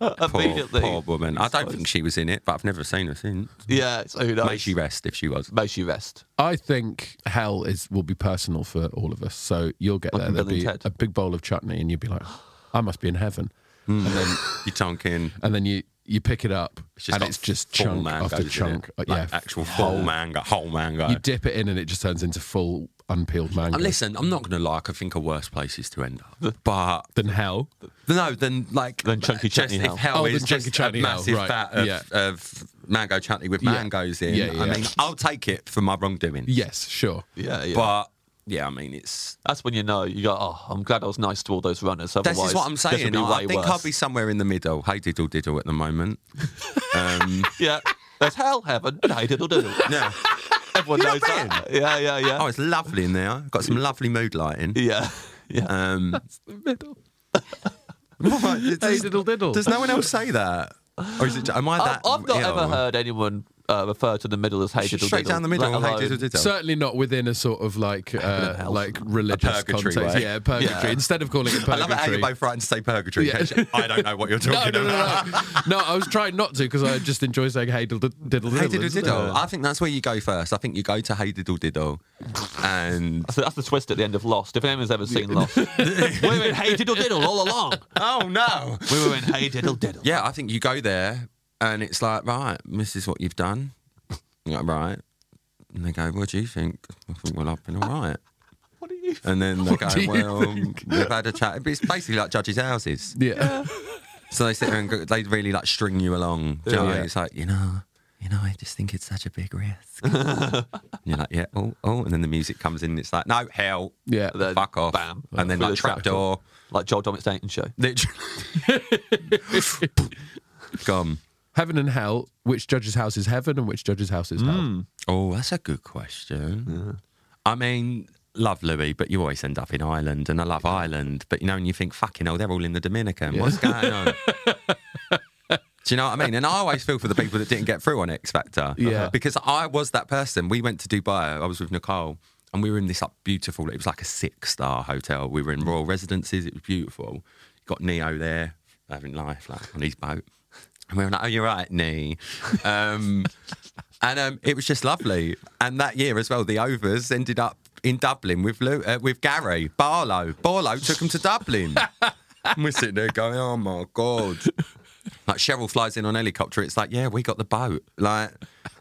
poor, Immediately. poor woman. I don't think she was in it, but I've never seen her since. Yeah, so who knows? May she rest if she was. May she rest. I think hell is will be personal for all of us. So you'll get there. in There'll Bill and be Ted. a big bowl of chutney, and you'll be like, "I must be in heaven." Mm. And then you're chunking. And then you you pick it up, and got it's just full chunk mangoes after in it. chunk. Uh, Like yeah, actual full mango, whole mango. you dip it in, and it just turns into full unpeeled mango. And listen, I'm not going to lie, I think are worse places to end up. But Then hell. no, then like Than chunky just chutney if hell. Oh, is than chunky just chutney a hell, massive right, fat of, yeah. of mango chutney with mangoes in. Yeah, yeah, I yeah. mean, I'll take it for my wrongdoing. Yes, sure. Yeah, yeah. But yeah, I mean, it's That's when you know you go. Oh, I'm glad I was nice to all those runners. Otherwise, This is what I'm this would saying. Be way I think worse. I'll be somewhere in the middle. Hey diddle diddle at the moment. Um, Yeah, there's hell, heaven, and hey diddle diddle. yeah. Everyone You know knows what I'm that. Yeah, yeah, yeah, Oh, it's lovely in there. Got some lovely mood lighting. yeah, yeah. Um, The middle. what? Hey, Does- diddle diddle. Does no one else say that? Or is it? Am I I've, Uh, that? I've not ill? ever heard anyone uh, refer to the middle as hey diddle Straight diddle, down the middle. let Hey alone- diddle diddle. Certainly not within a sort of like uh, hell. like religious purgatory context. way. Yeah, purgatory. Yeah. Instead of calling it I love it how purgatory. you're both frightened to say purgatory. Yeah. Actually, I don't know what you're no, talking no, no, about. no, no. I was trying not to because I just enjoy saying "hey diddle diddle." Hey diddle diddle. Uh, I think that's where you go first. I think you go to hey diddle diddle, and So that's the twist at the end of Lost. If anyone's ever seen Lost, we were in hey diddle diddle all along. oh no, We were in hey diddle diddle. Yeah, I think you go there and it's like, right, this is what you've done. You're like, right. And they go, what do you think? I think, well, I've been all right. What are you? And then they go, do you well, we've had a chat. It's basically like judges' houses. yeah. So they sit there and go, they really like string you along. Do you know, Yeah. It's like, you know, you know, I just think it's such a big risk. and you're like, yeah, oh, oh. And then the music comes in and it's like, no, hell. Yeah. Then Fuck off. bam. And then Through like the trap trapdoor. Like Joel Dominic's dating show. Literally. Gone. Heaven and hell. Which judge's house is heaven and which judge's house is hell? Oh, that's a good question. I mean, love Louis, but you always end up in Ireland, and I love Ireland, but you know, and you think, fucking hell, they're all in the Dominican. What's going on? Do you know what I mean? And I always feel for the people that didn't get through on X Factor. Yeah. Because I was that person. We went to Dubai. I was with Nicole and we were in this like, beautiful, it was like a six star hotel. We were in royal residences. It was beautiful. Got Neo there having life like on his boat. And we were like, oh, you're right, Nee. Um, and um, it was just lovely. And that year as well, the overs ended up in Dublin with Lou, uh, with Gary Barlow. Barlow took him to Dublin. and we're sitting there going, "Oh my god!" Like Cheryl flies in on helicopter. It's like, yeah, we got the boat. Like,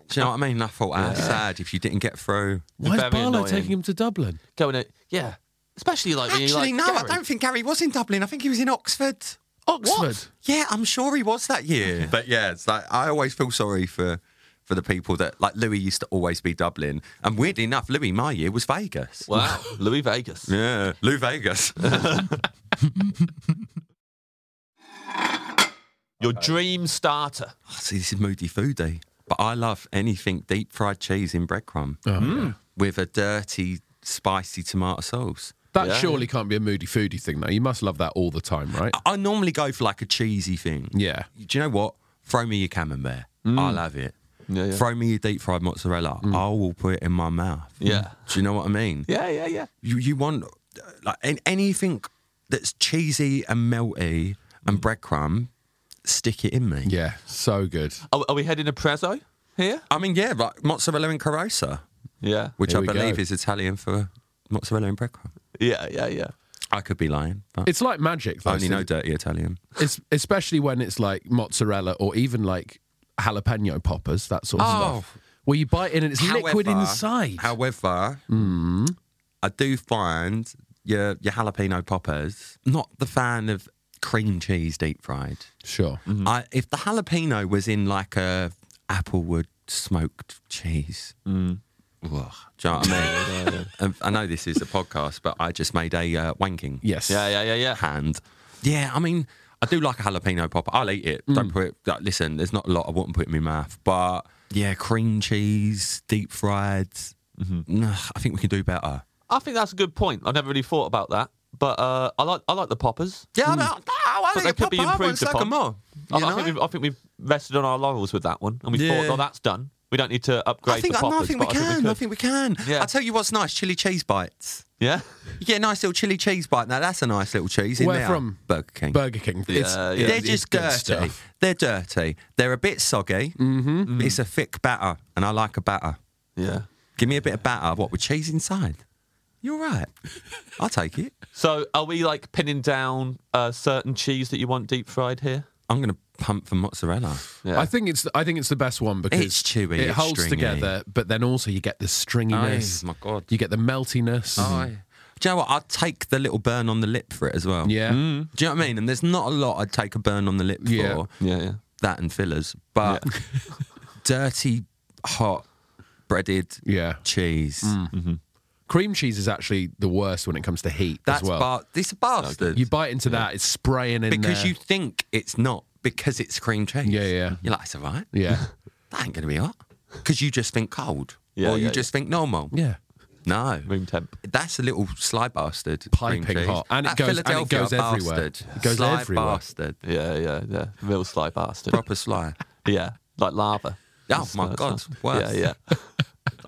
do you know what I mean? And I thought, how sad if you didn't get through. Why is Very Barlow annoying. taking him to Dublin? Going at yeah, especially like when you Actually, like, no, Gary. I don't think Gary was in Dublin. I think he was in Oxford. Oxford. Yeah, I'm sure he was that year. But yeah, it's like I always feel sorry for for the people that like Louis used to always be Dublin. And weirdly enough, Louis my year was Vegas. Wow, Louis Vegas. Yeah, Lou Vegas. Your dream starter. See, this is moody foodie, but I love anything deep fried cheese in breadcrumb Oh, Hmm. yeah. with a dirty, spicy tomato sauce. That Yeah. surely can't be a moody foodie thing, though. You must love that all the time, right? I normally go for like a cheesy thing. Yeah. Do you know what? Throw me your camembert. I'll have it. Yeah, yeah. Throw me your deep fried mozzarella. I will put it in my mouth. Yeah. Do you know what I mean? Yeah, yeah, yeah. you, you want uh, like an- anything that's cheesy and melty and breadcrumb, stick it in me. Yeah. So good. Are, are we heading to Prezzo here? I mean, yeah, like mozzarella and carosa, Yeah. which Here I we believe go. is Italian for mozzarella and breadcrumb. Yeah, yeah, yeah. I could be lying, but It's like magic, I though. only know dirty Italian. It's, especially when it's like mozzarella or even like jalapeno poppers, that sort of Oh. stuff. Where you bite in and it's liquid inside. However, I do find your your jalapeno poppers not the fan of cream cheese deep fried. sure. I, if the jalapeno was in like a applewood smoked cheese, Mm. Ugh, do you know what I mean? Um, I know this is a podcast, but I just made a uh, wanking Yes. Yeah, yeah, yeah, yeah. hand. Yeah, I mean, Mm. I do like a jalapeno popper. I'll eat it. Don't put it. Like, listen, there's not a lot I wouldn't put in my mouth, but yeah, cream cheese, deep fried. Ugh, I think we can do better. I think that's a good point. I've never really thought about that. But uh, I like I like the poppers. Yeah, I, I, I, But they could be improved upon. I, I think we've, I think we've rested on our laurels with that one, and we Yeah. thought, oh, that's done. We don't need to upgrade I think, the no, poppers. I think we but I think can. we I could. think we can. Yeah. I'll tell you what's nice chili cheese bites. yeah, You get a nice little chili cheese bite. Now, that's a nice little cheese. In Where there. from? Burger King. Burger King. It's, Yeah, yeah. it- They're it's just good dirty. stuff. They're dirty. They're a bit soggy. Mm-hmm. It's a thick batter, and I like a batter. yeah. Give me a bit of batter. What with cheese inside? You're right. I'll take it. So, are we like pinning down a certain cheese that you want deep fried here? I'm gonna pump for mozzarella. Yeah. I think it's I think it's the best one because It's chewy, It it's holds stringy. together, but then also you get the stringiness. Aye, my God. You get the meltiness. Mm-hmm. Do you know what? I'd take the little burn on the lip for it as well. Yeah. Do you know what I mean? And there's not a lot I'd take a burn on the lip Mm. Yeah. for. Yeah, yeah. That and fillers, but dirty, hot, breaded Mm. Yeah. Mm. cheese. Cream cheese is actually the worst when it comes to heat That's as well. bar. This bastard. you bite into that, it's spraying in because there. you think it's not because it's cream cheese. Yeah, yeah. You're like, it's all right. yeah, That ain't gonna be hot. Because you just think cold, Yeah, or you yeah, just think normal. yeah. No, Room temp. that's a little sly bastard. Piping cream cheese. hot. And it That goes- and it Philadelphia goes everywhere. bastard. It goes sly everywhere. Bastard. Yeah, yeah, yeah. Real sly bastard. Proper sly. Yeah, like lava. Oh, It's- my it's God, nasty. worse. Yeah,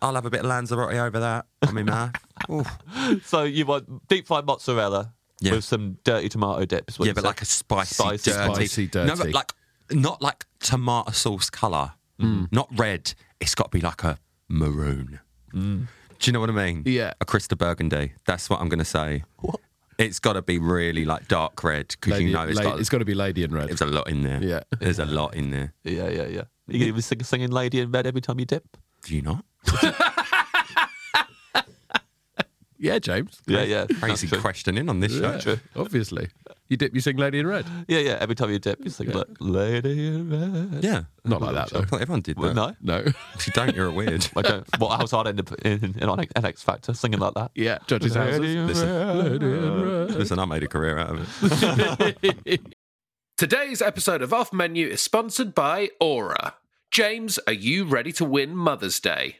I'll have a bit of Lanzarote over that. I mean, nah. Ooh. yeah. So you want deep fried mozzarella Yeah. with some dirty tomato dips? Yeah, but like a spicy, Spicy, dirty, spicy, No, but dirty. like not like tomato sauce color, not red. It's got to be like a maroon. Do you know what I mean? Yeah. a crystal burgundy. That's what I'm gonna say. What? It's got to be really like dark red because Lady- you know it's la- got. it's got to be lady in red. there's a lot in there. Yeah. there's a lot in there. Yeah, yeah, yeah. You can even sing singing Lady in Red every time you dip. Do you not? Yeah, James. Yeah, yeah. Crazy That's true. questioning on this Yeah, show. obviously. You dip, you sing lady in red. Yeah, yeah. Every time you dip, you sing like Lady in Red. Yeah, Not like that I though. thought everyone did that. Well, no, No. If you don't, you're a weird. I don't. What else I'd end up in, in, on an X Factor singing like that? Yeah, judges' Lady houses. in Red. Listen, I made a career out of it. Today's episode of Off Menu is sponsored by Aura. James, are you ready to win Mother's Day?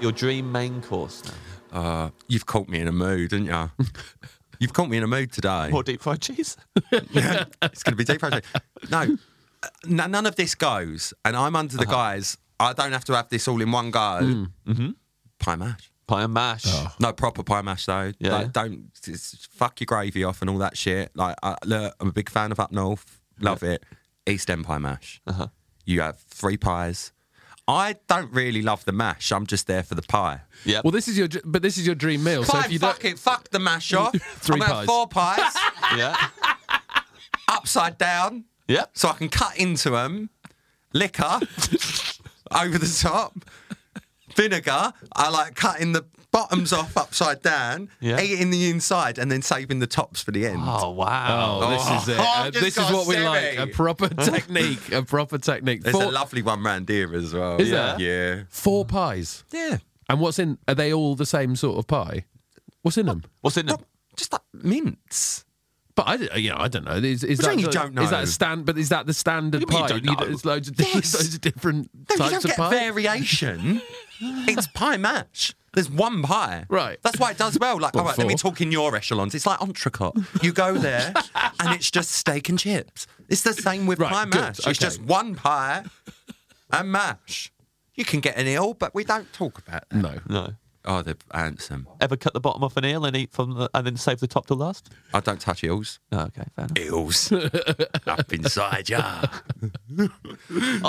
Your dream main course now. Uh, you've caught me in a mood, didn't you? you've caught me in a mood today. More deep fried cheese. it's going to be deep fried chicken. No, n- none of this goes, and I'm under Uh-huh. the guise. I don't have to have this all in one go. Mm, mm-hmm. Pie mash. Pie and mash. No proper pie mash though. Yeah. Like, don't it's, fuck your gravy off and all that shit. Like, I, look, I'm a big fan of up north. Love it. East End pie mash. Uh-huh. You have three pies. I don't really love the mash. I'm just there for the pie. Yeah. Well, this is your but this is your dream meal. so if Fine, you fuck don't, it. Fuck the mash off. Three I'm gonna pies. have four pies yeah. upside down. Yeah. so I can cut into them, liquor over the top, vinegar. I like cutting the bottoms off upside down, Yeah. eating the inside, and then saving the tops for the end. Oh wow. Oh, this is it. Oh, I've Uh, just this is got what we like. A silly. proper technique. A proper technique. There's a Four, lovely one round here as well. Is yeah. there? four pies. yeah, yeah. And what's in? Are they all the same sort of pie? What's in them? What's in them? Well, Just like mince. But I, d- you know, I don't know. Is, is that What do you mean the, you don't Is that know? a stand? But is that the standard do you pie? mean you don't know? there's loads of different, Yes. loads of different No, you types don't of get pie. variation. it's pie mash. There's one pie. Right. That's why it does well. Like, What all right, let me for? talk in your echelons. It's like entrecôte. You go there and it's just steak and chips. It's the same with Right, pie good, mash. okay. It's just one pie and mash. You can get an ill, but we don't talk about that. no. No. Oh, they're handsome. Ever cut the bottom off an eel and eat from the, and then save the top to last? I don't touch eels. No, okay, fair enough. Eels up inside ya. I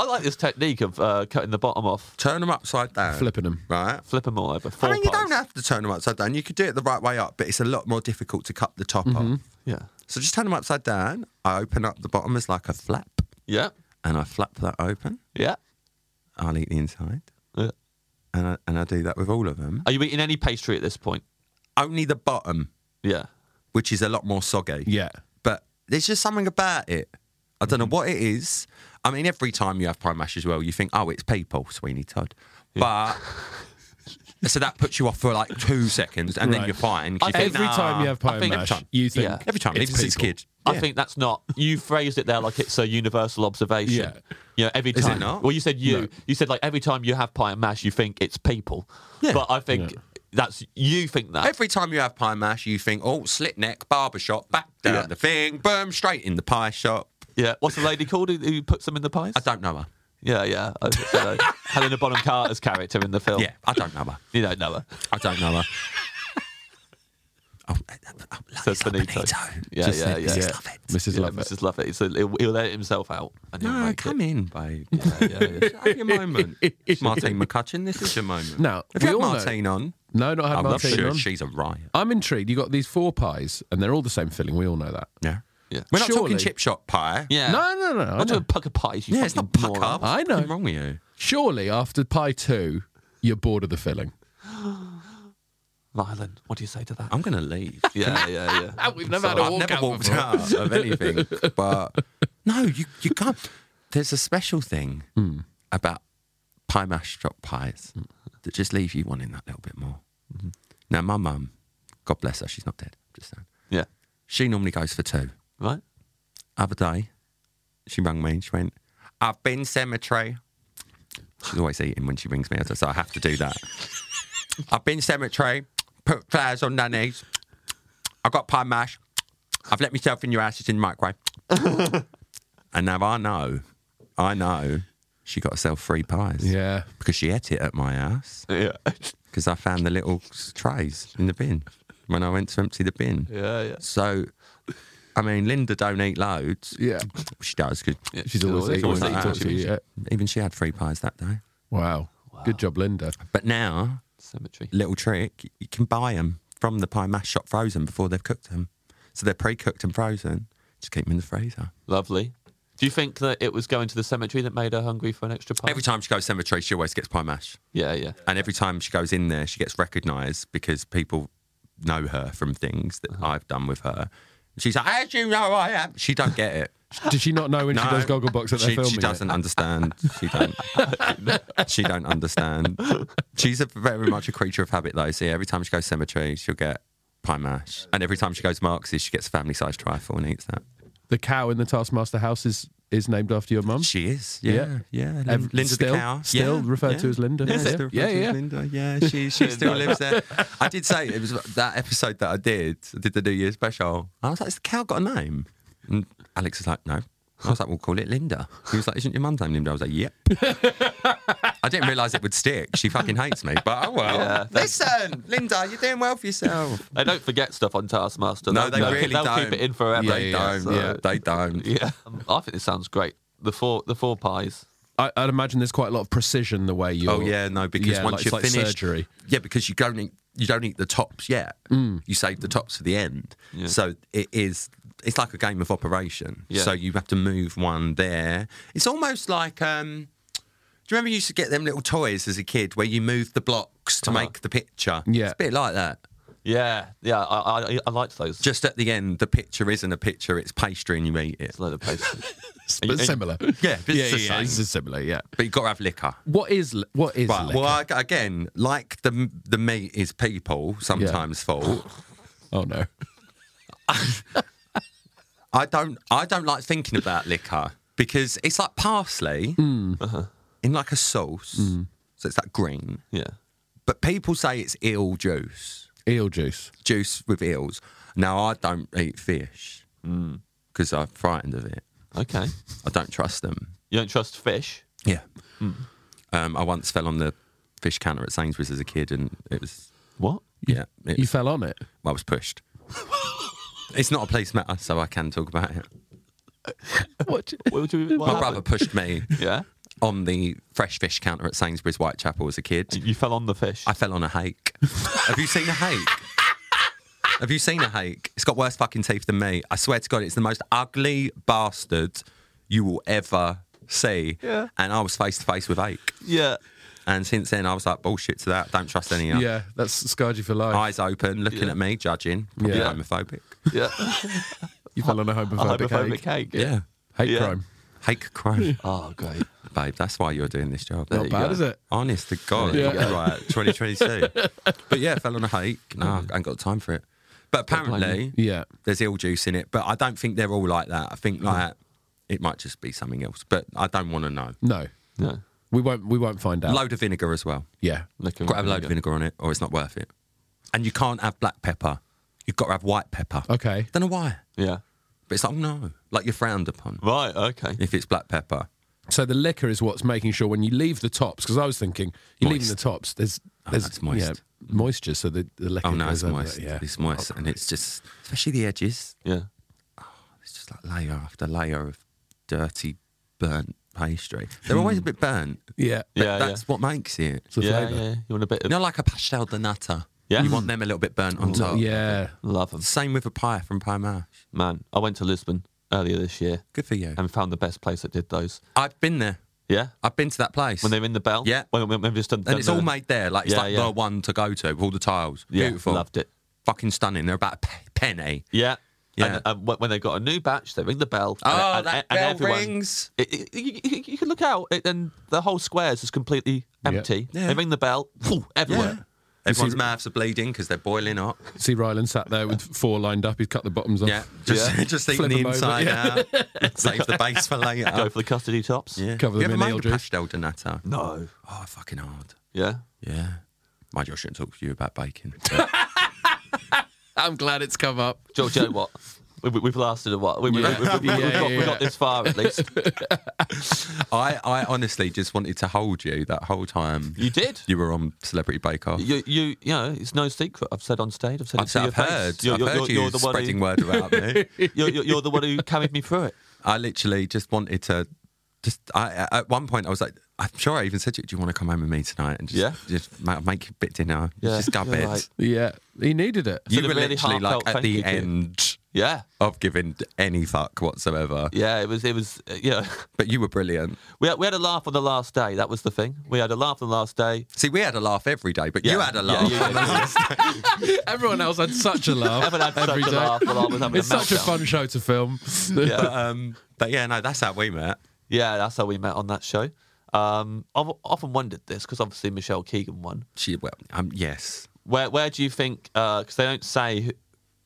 like this technique of uh, cutting the bottom off, Turn them upside down. Flipping 'em. Right. flip them all over. Four I mean, you pies. don't have to turn them upside down. You could do it the right way up, but it's a lot more difficult to cut the top Mm-hmm. off. Yeah, So just turn them upside down. I open up the bottom as like a flap, yeah, and I flap that open. yeah. I'll eat the inside, yeah. and I, and I do that with all of them. Are you eating any pastry at this point? Only the bottom, Yeah, which is a lot more soggy. Yeah. Mm-hmm. But there's just something about it. I don't know what it is. I mean, every time you have pie mash as well, you think, oh, it's people, Sweeney Todd. But so that puts you off for like two seconds, and then Right. you're fine. 'cause you think, Every "Nah." time you have pie I and think- mash, every time. you think Yeah. every time, it's even since people. kid. I think that's not. You phrased it there like it's a universal observation. Yeah. You know, every time. Is it not? Well, you said you. You said like every time you have pie and mash, you think it's people. Yeah. But I think that's you think that. Every time you have pie mash, you think, oh, slit neck, barber shop, back down Yeah. the thing, boom, straight in the pie shop. yeah. What's the lady called who, who puts them in the pies? I don't know her. yeah, yeah. I, I know. Helena Bonham Carter's character in the film. Yeah, I don't know her. You don't know her. I don't know her. Oh, I- I- I love Says it, love Benito. Benito. Yeah, Just yeah, said, yeah. Mrs. Yeah. Lovett. Mrs. Yeah, Love it. Mrs. Lovett. So he'll, he'll let himself out. And he'll No, make come it. in, babe. Yeah, yeah, yeah. Have your moment. Martine McCutcheon, this is your moment. Now, if we you had all know- Martine on, No, not had I'm Martine sure on. she's a riot. I'm intrigued. You got these four pies, and they're all the same filling. We all know that. Yeah. Yeah. We're not Surely. talking chip shop pie. Yeah. No, no, no. I Not a know. pucker pies. You Yeah, it's not fucking puck moron. up. I know. What's wrong with you? Surely after pie two, you're bored of the filling. Rylan, what do you say to that? I'm going to leave. yeah, yeah, yeah. Ah, we've never had a I've walkout never walked before. out of anything. But no, you you can't. There's a special thing about pie mash shop pies that just leave you wanting that little bit more. Now, my mum, God bless her, she's not dead. Just saying. Yeah. She normally goes for two. Right? Other day, she rang me and she went, "I've been cemetery." She's always eating when she rings me, so I have to do that. I've been cemetery. Put flowers on their knees. I've got pie mash. I've let myself in your ass. It's in the microwave. and now I know, I know, she got herself three pies. Yeah. Because she ate it at my house. Yeah. Because I found the little s- trays in the bin when I went to empty the bin. Yeah, yeah. So, I mean, Linda don't eat loads. Yeah. She does. 'cause She's always eating. always when eating she talks to you, tortillas. yeah. Even she had three pies that day. Wow. Good job, Linda. But now, Cemetery. little trick, you can buy them from the pie mash shop frozen before they've cooked them. So they're pre-cooked and frozen. Just keep them in the freezer. Lovely. Do you think that it was going to the cemetery that made her hungry for an extra pie? Every time she goes cemetery, she always gets pie mash. yeah, yeah. And every time she goes in there, she gets recognised because people know her from things that I've done with her. She's like, "How do you know I am?" She don't get it. Did she not know when she No. does Gogglebox that they're she, filming? she it? doesn't understand. She don't. she don't understand. She's a very much a creature of habit, though. So yeah, every time she goes cemetery, she'll get pie mash, and every time she goes Marx's, she gets a family sized trifle and eats that. The cow in the Taskmaster house is is named after your mum. She is. Yeah. Yeah. Yeah. Lin- Ev- Linda still- the cow. still yeah. referred to as Linda, Yeah. is still it? referred Yeah, to as yeah. Linda. Yeah. She she still lives there. I did say it was that episode that I did. I did the New Year special. I was like, "Has the cow got a name?" And Alex was like, "No." I was like, "We'll call it Linda." He was like, "Isn't your mum's name Linda?" I was like, "Yep." I didn't realise it would stick. She fucking hates me. But oh well. Yeah, Listen, Linda, you're doing well for yourself. They don't forget stuff on Taskmaster. No, They'll- they they'll, really they'll don't. keep it in forever. Yeah, they yeah, don't. so- yeah, They don't. Yeah. Um, I think this sounds great. The four, the four pies. I, I'd imagine there's quite a lot of precision the way you. Oh yeah, no, because yeah, once like, you've it's like finished surgery. Mm. yeah, because you don't eat you don't eat the tops yet. You save the tops for the end. Yeah. So it is it's like a game of operation. Yeah. So you have to move one there. It's almost like um, do you remember you used to get them little toys as a kid where you move the blocks to make the picture? Uh-huh. Yeah. it's a bit like that. Yeah, yeah. I, I, I liked those. Just at the end, the picture isn't a picture; it's pastry, and you eat it. a load of pastries. but similar. Yeah, but it's yeah, the yeah, same. It's similar. Yeah. But you got to have liquor. What is li- what is? But liquor? well, I, again, like the the meat is people sometimes fault. Oh no. I don't I don't like thinking about liquor because it's like parsley Mm. Uh-huh. in like a sauce. So it's like green. yeah. But people say it's eel juice. Eel juice. Juice with eels. Now I don't eat fish Mm. because I'm frightened of it. Okay. I don't trust them. You don't trust fish? Yeah. Um, I once fell on the fish counter at Sainsbury's as a kid, and it was What? yeah, it You was, fell on it. I was pushed. it's not a police matter, so I can talk about it. What? What would you, what My brother happened? pushed me Yeah. on the fresh fish counter at Sainsbury's Whitechapel as a kid. You fell on the fish. I fell on a hake. Have you seen a hake? Have you seen a hake? It's got worse fucking teeth than me. I swear to God, it's the most ugly bastard you will ever see. Yeah. And I was face to face with ache. yeah. And since then, I was like, bullshit to that. Don't trust any of Yeah, that's scarred you for life. Eyes open, looking Yeah. at me, judging. Probably Yeah. homophobic. Yeah. you fell on a homophobic, homophobic hate. cake. Yeah. Hate Yeah. crime. Hake crime. Oh, great. Babe, that's why you're doing this job. There Not you bad, go. is it? Honest to God, Yeah. right, 2022. but yeah, fell on a hake. No, I ain't got time for it. But blame apparently, Yeah. there's ill juice in it. But I don't think they're all like that. I think like it might just be something else. But I don't want to know. No, No. we won't. We won't find out. Load of vinegar as well. yeah. Look at Got to have a load of vinegar. vinegar on it, or it's not worth it. And you can't have black pepper. You've got to have white pepper. Okay. Don't know why, Yeah. but it's like oh, no, like you're frowned Oh. upon Right. Okay. if it's black pepper. So the liquor is what's making sure when you leave the tops, because I was thinking you're leaving Moist. the tops. There's Oh, there's that's moist. yeah, moisture, so the, the liquor. Oh no, goes it's over moist. It, yeah. It's moist, and it's just especially the edges. Yeah. It's just like layer after layer of dirty, burnt pastry. They're always a bit burnt. yeah. But Yeah, that's what makes it. It's the yeah. flavour. Yeah. You want a bit You of know, like a pastel de nata. Yeah. You want them a little bit burnt on Oh, top. Yeah. love 'em. Same with a pie from Pie Marsh. Man, I went to Lisbon earlier this year Good for you. and found the best place that did those. I've been there. Yeah. I've been to that place. When they're in the bell. Yeah. When, when we've just done. and it's done all the- made there. Like it's Yeah, like yeah. the one to go to with all the tiles. Yeah, Beautiful. loved it. Fucking stunning. They're about a pe- penny. Yeah. Yeah. And, and when- when they got a new batch, they ring the bell. Oh, and, that and- and bell everyone- rings. It- it- you, you- you can look out, it, and the whole square is just completely empty. Yeah. They ring the bell, whew, everywhere. Everyone's mouths are bleeding because they're boiling up. Oh, See, Ryland sat there with four lined up. He's cut the bottoms off. Yeah, just Yeah. just eating Flip the 'em over, inside yeah. out. Save the base for later. Go for the custody tops. yeah. Cover you them ever in made ale a juice. pastel de nata? No. Oh, fucking hard. Yeah. Yeah. Mind you, I shouldn't talk to you about bacon. I'm glad it's come up. George, you know what? We, we, we've lasted a while. We, we, Yeah. we, we, we, Yeah, have got, yeah, we got yeah. this far at least. I, I honestly just wanted to hold you that whole time You did. you were on Celebrity Bake Off. You, you, you know, it's no secret. I've said on stage. I've said it I've, to your I've heard, face. You're, I've you're- heard you're- you you're the one spreading who, word about me. You're, you're, you're the one who carried me through it. I literally just wanted to. Just I I- at one point I was like, I'm sure I even said to you, "Do you want to come home with me tonight?" And just, Yeah. just ma- make you a bit dinner. Yeah, just go you're bed. right. Yeah, he needed it. You Said a were really literally like heartfelt at thank the you to you. end Yeah. of giving any fuck whatsoever. Yeah. It was. It was. Uh, yeah. But you were brilliant. We had, we had a laugh on the last day. That was the thing. We had a laugh on the last day. See, we had a laugh every day, but you Yeah. had a Yeah, laugh. you did, yeah. Everyone else had such a laugh. Everyone had such every a day. laugh while I was having It's a such a meltdown. fun show to film. Yeah. But, um, but yeah, no, that's how we met. Yeah, that's how we met on that show. Um, I've often wondered this because obviously Michelle Keegan won. She well, um, yes. Where where do you think? Because they don't say who,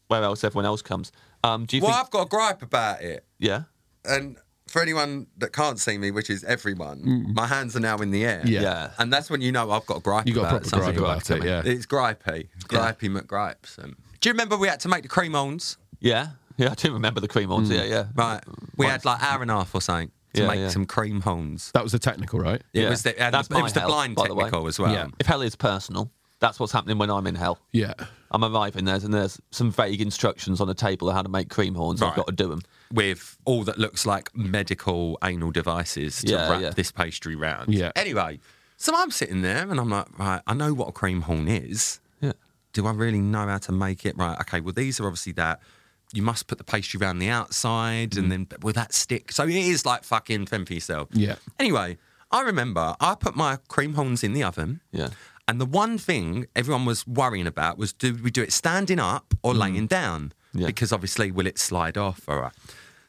where else everyone else comes. Um, do you Well, think? I've got a gripe about it. Yeah, and for anyone that can't see me, which is everyone, my hands are now in the air. Mm. Yeah. Yeah. And that's when you know I've got a gripe. You got a about proper something. gripe about it, yeah. It's gripey. Gripey McGripes. And... Do you remember we had to make the cremons? yeah, yeah. I do remember the cream Hmm. horns. Yeah, yeah. Right. We had like hour and a half or something to Yeah, make yeah. some cream horns. That was the technical, right? It Yeah. was the, and That's it my was the hell, blind by the way. technical as well. Yeah. If hell is personal, that's what's happening when I'm in hell. Yeah. I'm arriving there, and there's some vague instructions on a table of how to make cream horns. I've Right. got to do them. With all that looks like medical anal devices to Yeah, wrap yeah. this pastry round. Yeah. Anyway, so I'm sitting there and I'm like, right, I know what a cream horn is. Yeah, do I really know how to make it? Right, okay, well, these are obviously that. You must put the pastry around the outside Mm. and then will that stick? So it is like fucking fend for yourself. Yeah. Anyway, I remember I put my cream horns in the oven. Yeah. And the one thing everyone was worrying about was do we do it standing up or laying down? Mm. Yeah. Because obviously, will it slide off? All right.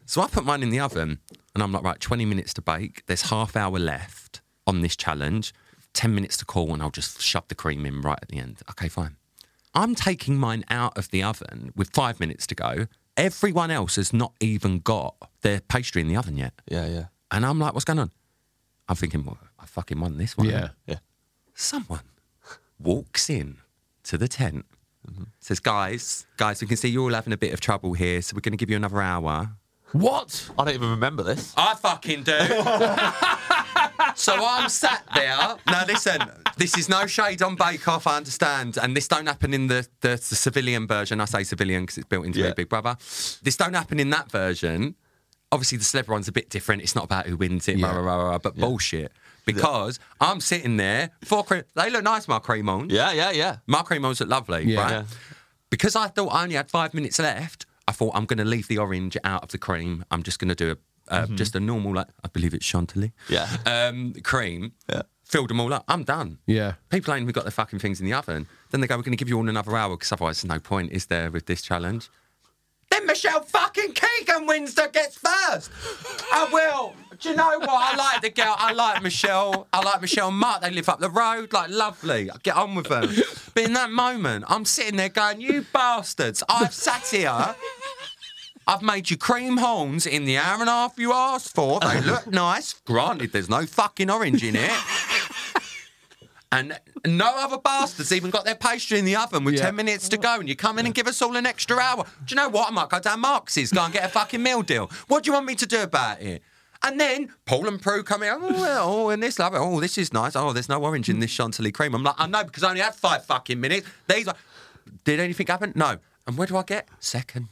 So I put mine in the oven and I'm like, right, 20 minutes to bake. There's half hour left on this challenge. 10 minutes to call and I'll just shove the cream in right at the end. Okay, fine. I'm taking mine out of the oven with five minutes to go. Everyone else has not even got their pastry in the oven yet. yeah, yeah, And I'm like, what's going on? I'm thinking, well, I fucking won this one. Yeah. yeah. Someone walks in to the tent, says, guys, guys, we can see you're all having a bit of trouble here, so we're going to give you another hour. What? I don't even remember this. I fucking do. so I'm sat there. Now listen, this is no shade on Bake Off, I understand. And this don't happen in the, the, the civilian version. I say civilian because it's built into Yeah. Big Big Brother. This don't happen in that version. Obviously, the celeb one's a bit different. It's not about who wins it, Yeah. rah, rah, rah, rah, but bullshit. Because I'm sitting there, four cre- they look nice, my cremons. Yeah, yeah, yeah. My cremons look lovely, Yeah. right? Yeah. Because I thought I only had five minutes left, I thought I'm going to leave the orange out of the cream. I'm just going to do a, uh, just a normal, like, I believe it's Chantilly Mm-hmm. Yeah. um, cream, filled them all up. I'm done. Yeah. People ain't even got their fucking things in the oven. Then they go, we're going to give you all another hour because otherwise there's no point, is there, with this challenge? Then Michelle fucking Keegan wins that gets first. I will. Do you know what? I like the girl. I like Michelle. I like Michelle and Mark. They live up the road. Like, lovely. I get on with them. But in that moment, I'm sitting there going, you bastards, I've sat here. I've made you cream horns in the hour and a half you asked for. They look nice. Granted, there's no fucking orange in it. And no other bastards even got their pastry in the oven with Yeah. 10 minutes to go, and you come in and give us all an extra hour. Do you know what? I might go down Marx's, go and get a fucking meal deal. What do you want me to do about it? And then Paul and Prue come in, oh, well, oh, and this, love it. oh, this is nice. Oh, there's no orange in this Chantilly cream. I'm like, I know, because I only had five fucking minutes. These are... Did anything happen? No. And where do I get? Second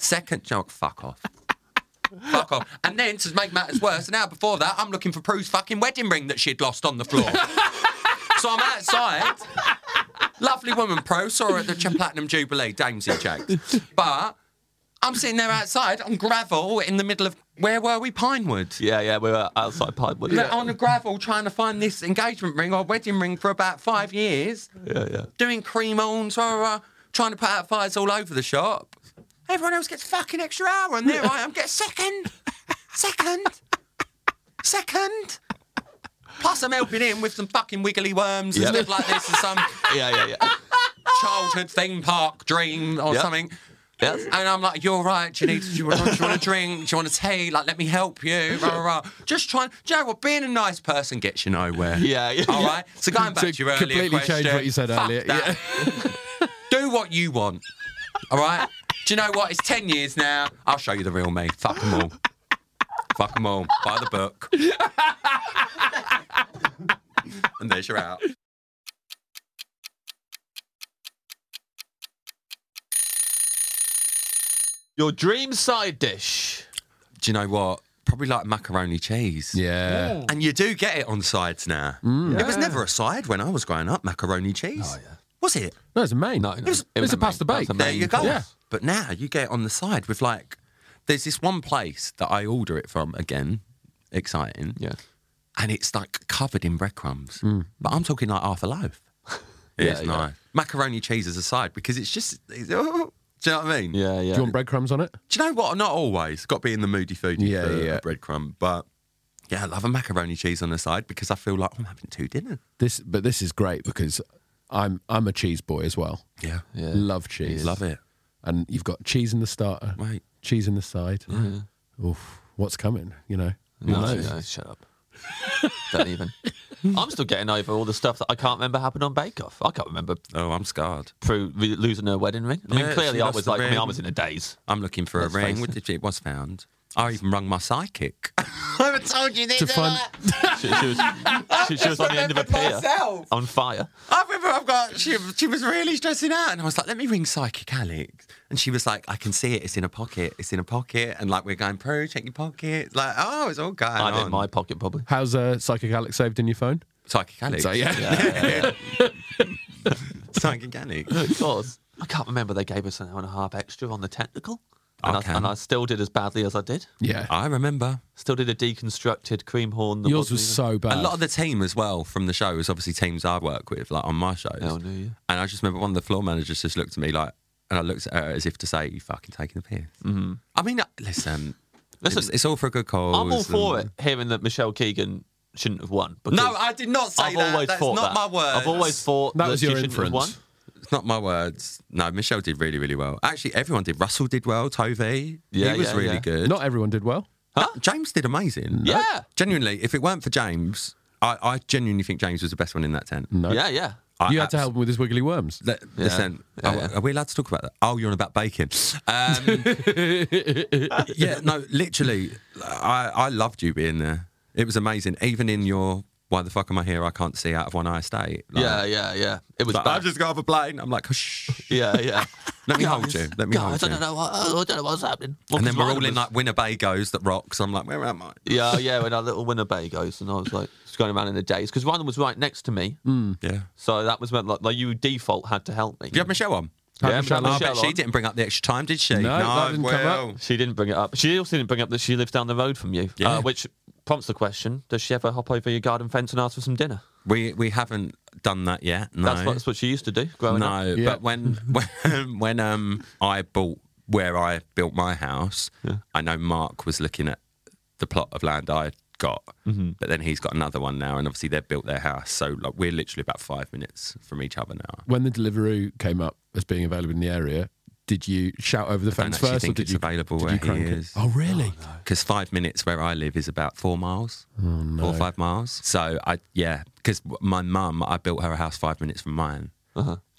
second joke, fuck off. fuck off. And then to make matters worse, an hour before that, I'm looking for Prue's fucking wedding ring that she'd lost on the floor. so I'm outside. Lovely woman, Prue, saw her at the Ch- Platinum Jubilee, Damesy Jake. But I'm sitting there outside on gravel in the middle of where were we? Pinewood. Yeah, yeah, we were uh, outside Pinewood. Like, On the gravel trying to find this engagement ring or wedding ring for about five years yeah, yeah. doing cream ons, rah, rah, rah, trying to put out fires all over the shop. Everyone else gets fucking extra hour, and there I am, get second, second, second. Plus, I'm helping him with some fucking wiggly worms Yep. and stuff like this, and some Yeah, yeah, yeah. childhood theme park dream or Yep. something. Yes. And I'm like, you're right. Do you need? Do you want, do you want a drink? Do you want a tea? Like, let me help you. Rah, rah, rah. Just trying. Do you know what? Being a nice person gets you nowhere. Yeah, yeah. All right. So going back To to, your earlier completely change question, what you said fuck earlier, that. Do what you want. All right. Do you know what? It's ten years now. I'll show you the real me. Fuck them all. Fuck them all. Buy the book. and there's your out. Your dream side dish. Do you know what? Probably like macaroni cheese. Yeah. And you do get it on sides now. It was never a side when I was growing up, macaroni cheese. Was it? No, it's a main. No, no. It was, it was a main. pasta That was bake. a main. There you go. Yeah. But now you get it on the side with like, there's this one place that I order it from again, exciting. Yeah. And it's like covered in breadcrumbs. But I'm talking like half a loaf. It's yeah. nice. Macaroni cheese as a side because it's just, it's, oh, do you know what I mean? Yeah, yeah. Do you want breadcrumbs on it? Do you know what? Not always. Got to be in the moody foodie Yeah, for yeah. a breadcrumb. But yeah, I love a macaroni cheese on the side because I feel like "Oh, I'm having two dinners. This, but this is great because I'm I'm a cheese boy as well. Yeah. Yeah. Love cheese. Love it. And you've got cheese in the starter, Right. cheese in the side. Oof, what's coming? You know. No, no, shut up. Don't even. I'm still getting over all the stuff that I can't remember happened on Bake Off. I can't remember Oh, I'm scarred. Prue re- losing her wedding ring. I mean, Yeah, clearly she I lost was the like, I mean, I ring. was in a daze. I'm looking for Let's a face ring. What did you- It was found. I even rung my psychic. I haven't told you this. To find She, she was, she, she was on the end of a pier, myself. on fire. I remember I've got. She, she was really stressing out, and I was like, "Let me ring psychic Alex." And she was like, "I can see it. It's in a pocket. It's in a pocket." And like, we're going pro. Check your pocket. Like, oh, it's all going I had it on. in my pocket probably. how's uh, psychic Alex saved in your phone? psychic Alex. So yeah. psychic Alex. Of course. I can't remember they gave us an hour and a half extra on the technical. And, Okay. I, and I still did as badly as I did. Yeah. I remember. Still did a deconstructed cream horn. That Uh, Yours was wasn't even- so bad. A lot of the team as well from the show is obviously teams I work with, like on my shows. Oh, do you? And I just remember one of the floor managers just looked at me like, and I looked at her as if to say, "You fucking taking the piss." Mm-hmm. I mean, listen, Listen, it's, it's all for a good cause. I'm all for and- it, hearing that Michelle Keegan shouldn't have won. No, because I did not say I've that. always That's thought not that. my words. I've always thought That was she your shouldn't have won. inference. It's not my words. No, Michelle did really, really well. Actually, everyone did. Russell did well. Tovey, Yeah, he was yeah, really yeah. good. Not everyone did well. James did amazing. Yeah. genuinely. If it weren't for James, I, I genuinely think James was the best one in that tent. No. Yeah, yeah. I you had to abs- help him with his wiggly worms. Li- Listen, Yeah, are, yeah. are we allowed to talk about that? Oh, you're on about bacon. Um, yeah, no, literally, I, I loved you being there. It was amazing, even in your why the fuck am I here? I can't see out of one eye state. Like, yeah, yeah yeah. It was Like, bad. I've just got off a plane. I'm like, shh. Yeah, yeah. Let me hold you. Let me Guys, hold you. I don't know what I don't know what's happening. And then we're all in Was- like Winnebagos that rocks. I'm like, where am I? Yeah, yeah, in our little Winnebago's, and I was like, just going around in the days because Ryan was right next to me, Yeah. Do so that was meant like, like you default had to help me. you have Michelle on? Yeah, Oh, Michelle I bet on. she didn't bring up the extra time, did she? No, that didn't come well. up. She didn't bring it up. She also didn't bring up that she lives down the road from you, Yeah. uh, which prompts the question: Does she ever hop over your garden fence and ask for some dinner? We we haven't done that yet. No. That's, what, that's what she used to do growing up. no, Yeah. but when when when um I bought where I built my house, I know Mark was looking at the plot of land I got, Mm-hmm. but then he's got another one now, and obviously they've built their house, so like we're literally about five minutes from each other now. When the Deliveroo came up as being available in the area, did you shout over the I don't fence actually first, think or did it's you available did where you crank he it? is. Oh, really? because five minutes where I live is about four miles, four or five miles. So I, yeah, because my mum, I built her a house five minutes from mine.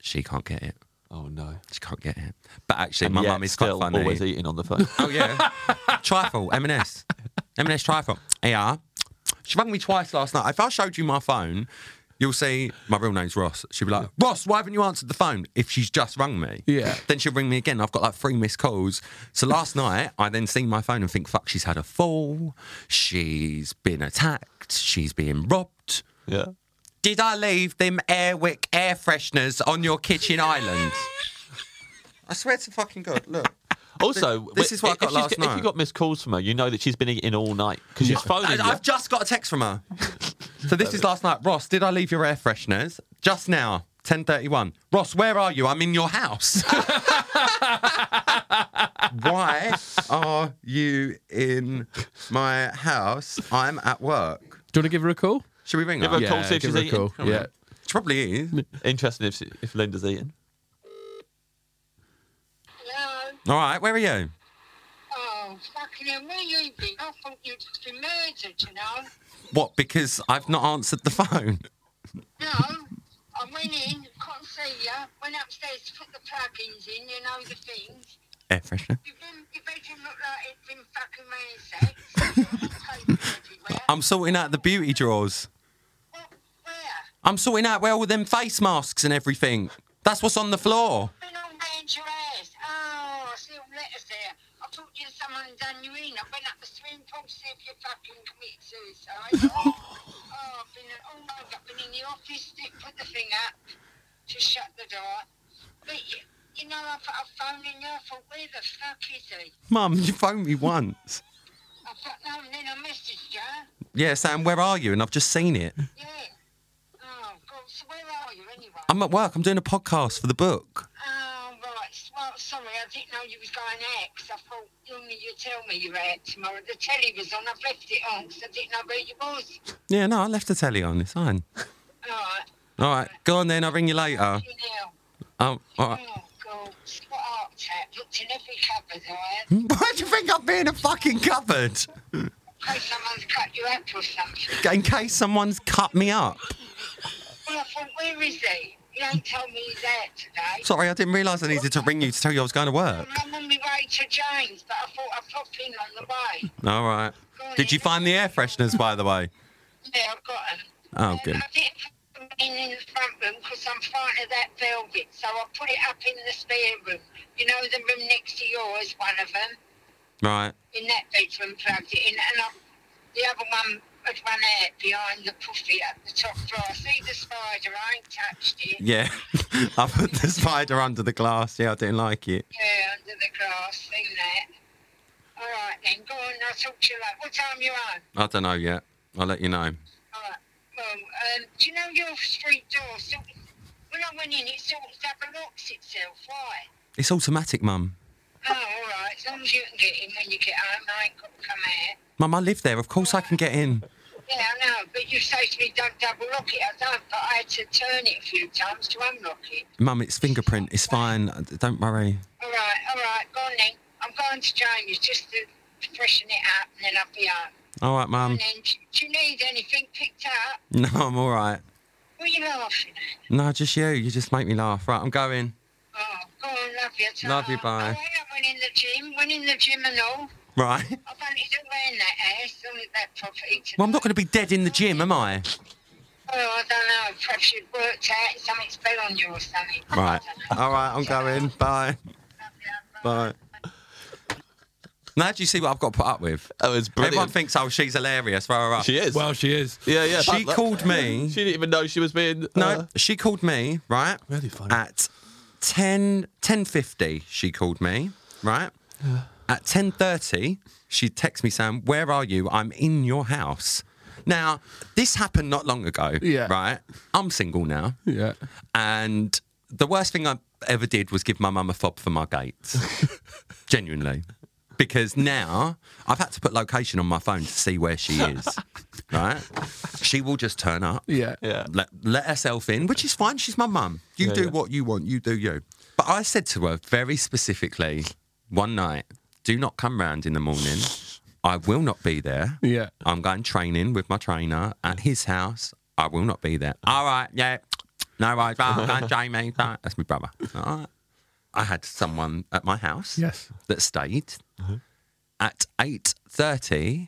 She can't get Uh-huh. it. Oh no! She can't get it. But actually, And my yet mum is still quite funny. always eating on the phone. Oh yeah, trifle M&S, M&S trifle. Yeah, she rang me twice last night. If I showed you my phone, you'll see my real name's Ross. She'll be like, Ross, why haven't you answered the phone? If she's just rung me, Yeah. Then she'll ring me again. I've got like three missed calls. So last night, I then see my phone and think, fuck, she's had a fall. She's been attacked. She's being robbed. yeah. Did I leave them Airwick air fresheners on your kitchen island? I swear to fucking God, look. Also, This is what I if got she's last If you night. got missed calls from her, you know that she's been eating all night because she's phoning I, you. I've just got a text from her. so this is last night. Ross, did I leave your air fresheners just now? 10:31. Ross, where are you? I'm in your house. Why are you in my house? I'm at work. Do you want to give her a call? Should we ring Give her? her a Yeah. call, see if give she's her a eating. call. Come Yeah. on. She probably is. Interesting if she, if Linda's eating. Hello. All right, where are you? Oh, fucking hell, where you been? I thought you'd just been murdered, you know? What? Because I've not answered the phone. No, I went in, can't see ya. Went upstairs to put the plugins in, you know, the things. Air freshener. Your room- your bedroom looked like it'd been fucking ransacked. Paper everywhere. I'm sorting out the beauty drawers. What, where? I'm sorting out where all them face masks and everything. That's what's on the floor. Been all round your ass. Oh, I see all letters there. I thought you someone had done you in. I went up the swimming pool to see if you fucking committed suicide. oh, I've been all over. I've been in the office, did put the thing up to shut the door. But you, you know, I, I phoned in there. I thought, where the fuck is he? Mum, you phoned me once. I thought, no, and then I messaged you. Yeah, Sam, where are you? And I've just seen it. Yeah. Oh, God, so where are you anyway? I'm at work. I'm doing a podcast for the book. Oh, right. Well, sorry, I didn't know you was going out 'cause I thought normally you tell me you were out tomorrow. The telly was on. I've left it on 'cause I didn't know where you was. Yeah, no, I left the telly on. It's fine. All right. All right, go on then. I'll ring you later. You know. Um, all right. Oh, God. What art tap? Looked in every cupboard, I had. In Why do you think I'm being a fucking cupboard? case someone's cut you up or something. In case someone's cut me up. Well, I thought, where is he? He ain't told me he's out today. Sorry, I didn't realise I needed to ring you to tell you I was going to work. I'm on my way to James, but I thought I'd pop in on the way. All right. Did you find the air fresheners, by the way? Yeah, I've got 'em. Oh, Um, good. I didn't put them in, in the front room because I'm frightened of that velvet, so I put it up in the spare room. You know, the room next to yours, one of them, Right. in that bedroom, plugged it in, and I, the other one had run out behind the puffy at the top floor. I see the spider, I ain't touched it. Yeah. I put the spider under the glass. Yeah, I didn't like it. Yeah, under the glass, seen that. All right then, go on, I'll talk to you later. What time you on? I don't know yet. I'll let you know. Alright, well, um, do you know your street door sort of, when I went in, it sort of double locks itself, why? It's automatic, Mum. Oh, all right. As long as you can get in when you get home, I ain't got to come out. Mum, I live there. Of course I can get in. Yeah, I know, but you say to me, don't double lock it. I don't, but I had to turn it a few times to unlock it. Mum, it's fingerprint. It's fine. Don't worry. All right, all right, go on then. I'm going to Jamie's just to freshen it up, and then I'll be home. All right, Mum. And then, do you need anything picked up? No, I'm all right. What are you laughing at? No, just you. You just make me laugh. Right, I'm going. Oh, go on, love you. ta. Love you, bye. Oh, yeah, I went in the gym, went in the gym and all. Right. eh? I wanted to learn that ass, only that property. Well, I'm not going to be dead in the gym, am I? Well, Oh, I don't know. Perhaps you'd worked out something's been on you or something. Right. I don't know. All right, I'm going. Bye. Bye. Now, do you see what I've got to put up with? Oh, it's brilliant. Everyone thinks, oh, she's hilarious. Throw her up. she is. Well, she is. yeah, yeah. She that- called me. She didn't even know she was being. No, Uh-huh. uh, she called me, right? Really funny. At 10, 10.50, she called me, right? At 10.30, she texted me saying, where are you? I'm in your house. Now, this happened not long ago, Yeah. right? I'm single now. Yeah. And the worst thing I ever did was give my mum a fob for my gates. Genuinely. Because now I've had to put location on my phone to see where she is. right? She will just turn up. Yeah. yeah. Let, let herself in, which is fine. She's my mum. You Yeah, do yeah. what you want, you do you. But I said to her very specifically one night, do not come round in the morning. I will not be there. Yeah. I'm going training with my trainer at his house. I will not be there. All right, yeah. No worries. Bye. Bye, Jamie. Bye. That's my brother. All right. I had someone at my house Yes. that stayed. At 8.30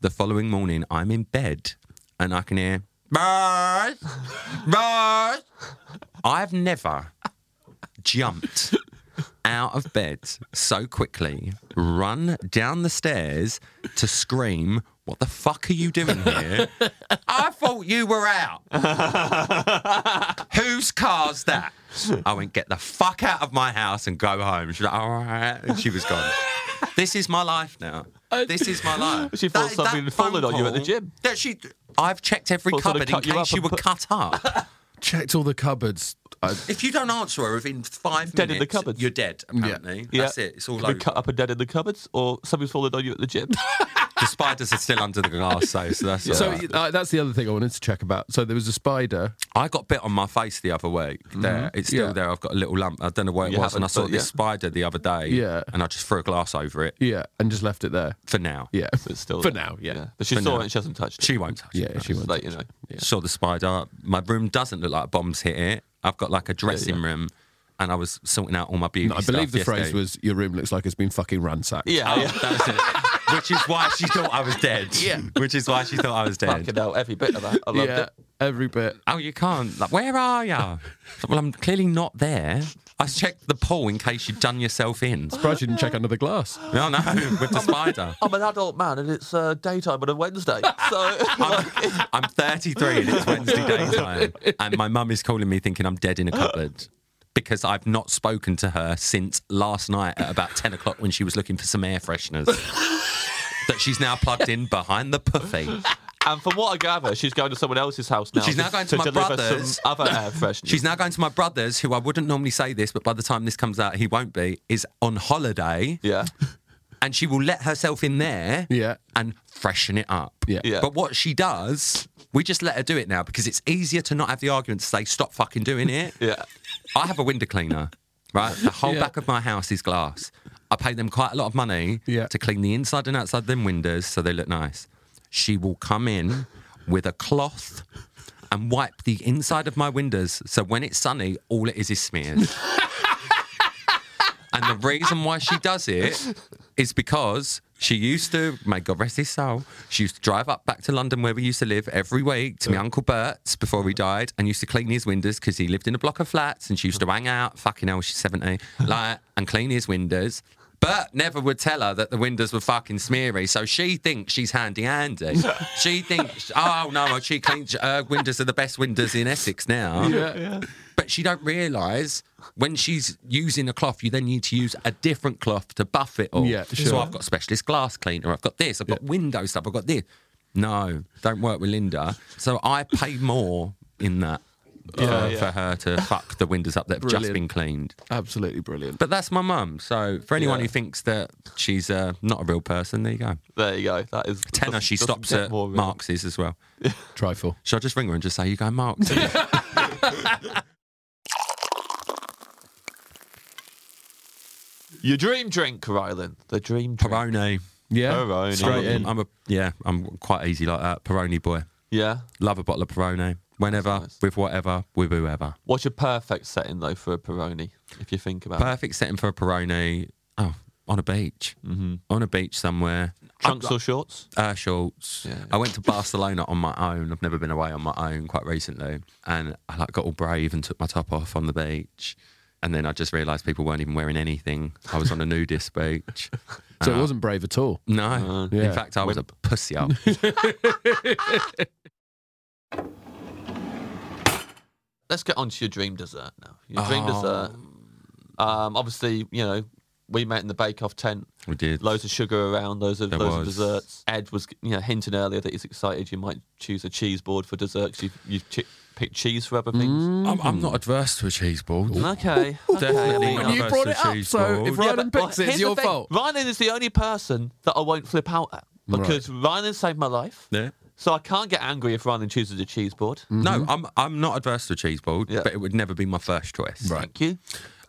the following morning, I'm in bed and I can hear, Buzz, Buzz. I've never jumped out of bed so quickly, run down the stairs to scream, What the fuck are you doing here? I thought you were out. Whose car's that? I went, Get the fuck out of my house and go home. She was like, All right. And she was gone. This is my life now. This is my life. She thought something had fallen phone on you at the call- gym. That she, I've checked every Thought someone cupboard in cut you up case you and were put- cut up. Checked all the cupboards. I, If you don't answer her within five Dead in the minutes, cupboards. you're dead. Apparently, Yeah. that's it. It's all You've been over. cut up and dead in the cupboards, or something's fallen on you at the gym. The spiders are still under the glass, so, so that's all So right. uh, that's the other thing I wanted to check about. So there was a spider. I got bit on my face the other week. There, it's still Yeah. there. I've got a little lump. I don't know where it You was, and I haven't, saw but this yeah. spider the other day. Yeah. and I just threw a glass over it Yeah, and just left it there. for now. Yeah. But still For there. now, yeah. But she For saw now. it. and She hasn't touched it. she won't touch it. Yeah, she Just went. let you know. Saw the spider. My room doesn't look like bombs hit it. I've got like a dressing room, and I was sorting out all my beauty. I stuff believe the phrase yesterday. was "Your room looks like it's been fucking ransacked." Yeah, yeah. That was it. Which is why she thought I was dead. Yeah. Which is why she thought I was dead. Fucking hell, every bit of that. I loved yeah, it. every bit. Oh, you can't. Like, where are you? well, I'm clearly not there. I checked the pool in case you'd done yourself in. Surprised you didn't check under the glass. No, no, with the spider. I'm an adult man, and it's uh, daytime on a Wednesday. So like, I'm 33 and it's Wednesday daytime. And my mum is calling me thinking I'm dead in a cupboard because I've not spoken to her since last night at about 10 o'clock when she was looking for some air fresheners that she's now plugged in behind the puffy. and from what I gather, she's going to someone else's house now. She's now to- going to to my deliver brother's. some other air freshener. She's now going to my brother's, who I wouldn't normally say this, but by the time this comes out, he won't be, is on holiday. yeah, and she will let herself in there Yeah. and freshen it up. Yeah. Yeah. But what she does, we just let her do it now because it's easier to not have the argument to say, stop fucking doing it. yeah. I have a window cleaner, right? The whole Yeah. back of my house is glass. I pay them quite a lot of money Yeah. to clean the inside and outside of them windows so they look nice. She will come in with a cloth and wipe the inside of my windows so when it's sunny, all it is is smears. and the reason why she does it is because she used to, may God rest his soul, she used to drive up back to London where we used to live every week to my Uncle Bert's before he died and used to clean his windows because he lived in a block of flats and she used to hang out, fucking hell, she's 70, like, and clean his windows. Bert never would tell her that the windows were fucking smeary, so she thinks she's handy handy. She thinks, oh no, she cleans her windows are the best windows in Essex now but she don't realise when she's using a cloth, you then need to use a different cloth to buff it all. Yeah, So sure. I've got specialist glass cleaner. I've got this. I've got window stuff. I've got this. No, don't work with Linda. So I pay more in that for- Yeah, for, yeah. her to fuck the windows up that have just Brilliant. been cleaned. Absolutely brilliant. But that's my mum. So for anyone Yeah. who thinks that she's uh, not a real person, there you go. There you go. That is Tenner, she doesn't stops get at more real. Marx's as well. Trifle. Should I just ring her and just say, you go Marx's? Your dream drink, Rylan. The dream drink. Peroni. Yeah. Peroni. Straight in. I'm a, yeah, I'm quite easy like that. Peroni boy. Yeah. Love a bottle of Peroni. Whenever, nice. with whatever, with whoever. What's your perfect setting though for a Peroni? If you think about it. Perfect setting for a Peroni. Oh, on a beach. Mm-hmm. On a beach somewhere. Trunks or shorts? Uh, Schultz. Yeah. I went to Barcelona on my own. I've never been away on my own quite recently, and I like got all brave and took my top off on the beach, and then I just realised people weren't even wearing anything. I was on a nudist beach. So it wasn't brave at all. No, Uh, yeah. in fact, I was a pussy up. Let's get on to your dream dessert now. Your dream dessert. Um, obviously, you know, we met in the Bake Off tent. we did. Loads of sugar around, loads of There loads of was. desserts. Ed was, you know, hinting earlier that he's excited. You might choose a cheese board for dessert 'cause you've, you've chi- picked cheese for other things. I'm, I'm not adverse to a cheese board. Okay, Definitely okay. not. you versus brought it up, cheese so balls. if Yeah, Ryland but- well, picks it, here's it's the your thing. fault. Rylan is the only person that I won't flip out at because Rylan saved my life. Yeah. So I can't get angry if Rylan chooses a cheese board. Mm-hmm. No, I'm I'm not adverse to a cheese board, Yeah. but it would never be my first choice. Thank you.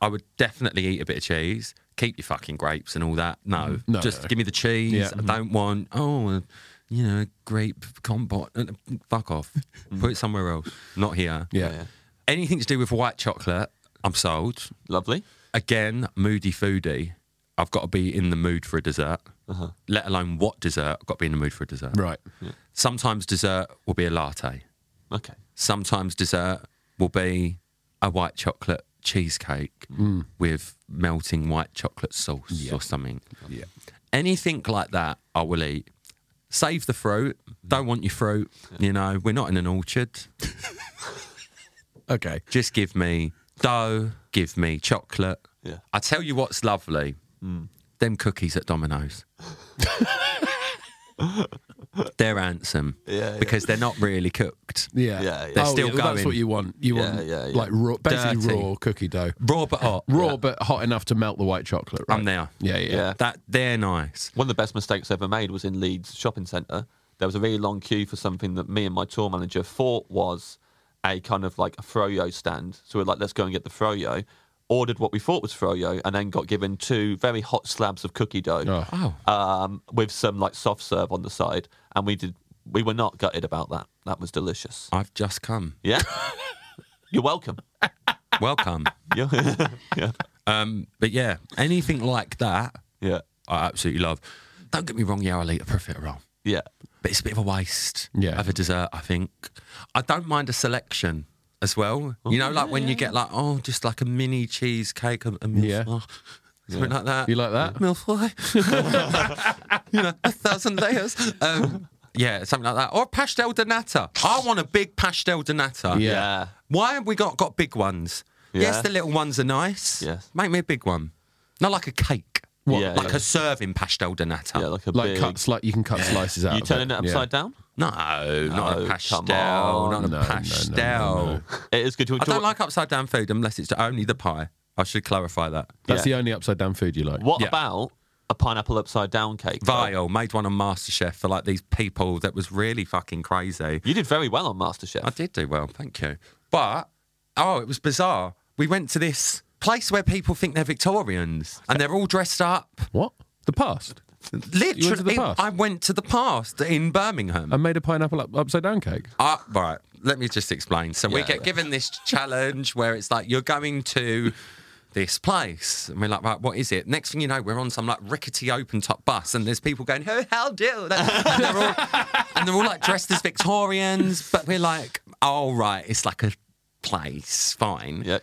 I would definitely eat a bit of cheese. Keep your fucking grapes and all that. No, Mm-hmm. No. just give me the cheese. Yeah. mm-hmm. I don't want oh, uh, you know, grape compote. Uh, Fuck off. Put it somewhere else. Not here. Mm-hmm. Yeah. Yeah. Anything to do with white chocolate, I'm sold. Lovely. Again, moody foodie. I've got to be in the mood for a dessert. Let alone what dessert. I've got to be in the mood for a dessert. Uh-huh. Right. Sometimes dessert will be a latte. Okay. sometimes dessert will be a white chocolate cheesecake with melting white chocolate sauce or something. Mm. Yeah. Anything like that, I will eat. Save the fruit. Don't want your fruit. You know, we're not in an orchard. Okay. Just give me dough, give me chocolate. Yeah. I tell you what's lovely Mm. them cookies at Domino's. they're handsome Yeah, yeah. because they're not really cooked. Yeah. Yeah, yeah. They're Oh, still yeah, well, That's going. what you want. You Yeah, want yeah, yeah. like raw, basically Dirty. raw cookie dough, Raw but hot. raw but hot enough to melt the white chocolate. Right? I'm there. Yeah, yeah. Yeah. That they're nice. One of the best mistakes I ever made was in Leeds shopping centre. There was a really long queue for something that me and my tour manager thought was a kind of like a froyo stand. So we're like, let's go and get the froyo. Ordered what we thought was froyo, and then got given two very hot slabs of cookie dough. Oh. Oh, um, with some like soft serve on the side, and we did. We were not gutted about that. That was delicious. I've just come. Yeah, you're welcome. Welcome. You're- yeah, um, but yeah, anything like that, yeah, I absolutely love. Don't get me wrong, yeah, I'll eat a profit roll, yeah. but it's a bit of a waste Yeah. of a dessert, I think. I don't mind a selection as well. you know, like when you get like, oh, just like a mini cheesecake, a, a mil- Yeah. oh, something like that. You like that? Milfoy. you know, a thousand layers. Um, yeah, something like that. Or pastel de nata. I want a big pastel de nata. Yeah. Yeah. Why have we got, got big ones? Yeah. Yes, the little ones are nice. Yes. Make me a big one. Not like a cake. What? Yeah, like yeah. a serving pastel de nata. Yeah, like a Like big. cuts, like you can cut slices out. you of turning it yeah. upside down? no, not No, come a pastel. on. Not No, no, a no, no, pastel. no. It is good. to I don't like upside down food unless it's only the pie. I should clarify that. That's Yeah. the only upside down food you like. What Yeah. about a pineapple upside down cake? though? Vile made one on MasterChef for like these people that was really fucking crazy. You did very well on MasterChef. I did do well, thank you. But oh, it was bizarre. We went to this place where people think they're Victorians and they're all dressed up. What? The past. You went to the Literally, past? Um, I went to the past in Birmingham. I made a pineapple up, upside down cake. Uh, right, let me just explain. So we Yeah. get given this challenge where it's like you're going to this place, and we're like, right, what is it? Next thing you know, we're on some like rickety open top bus, and there's people going, "Oh, how do?" And they're all, and they're all like dressed as Victorians, but we're like, "Oh, right, it's like a place, fine." Yeah.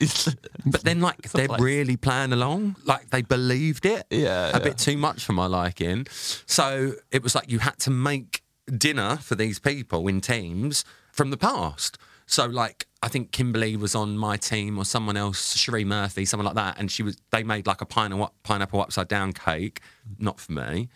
But then, like, they're really playing along. Like, they believed it. Yeah, A yeah. bit too much for my liking. So it was like you had to make dinner for these people in teams from the past. So, like, I think Kimberly was on my team or someone else, Sheree Murphy, someone like that. And she was, they made like a pineapple, pineapple upside down cake, not for me.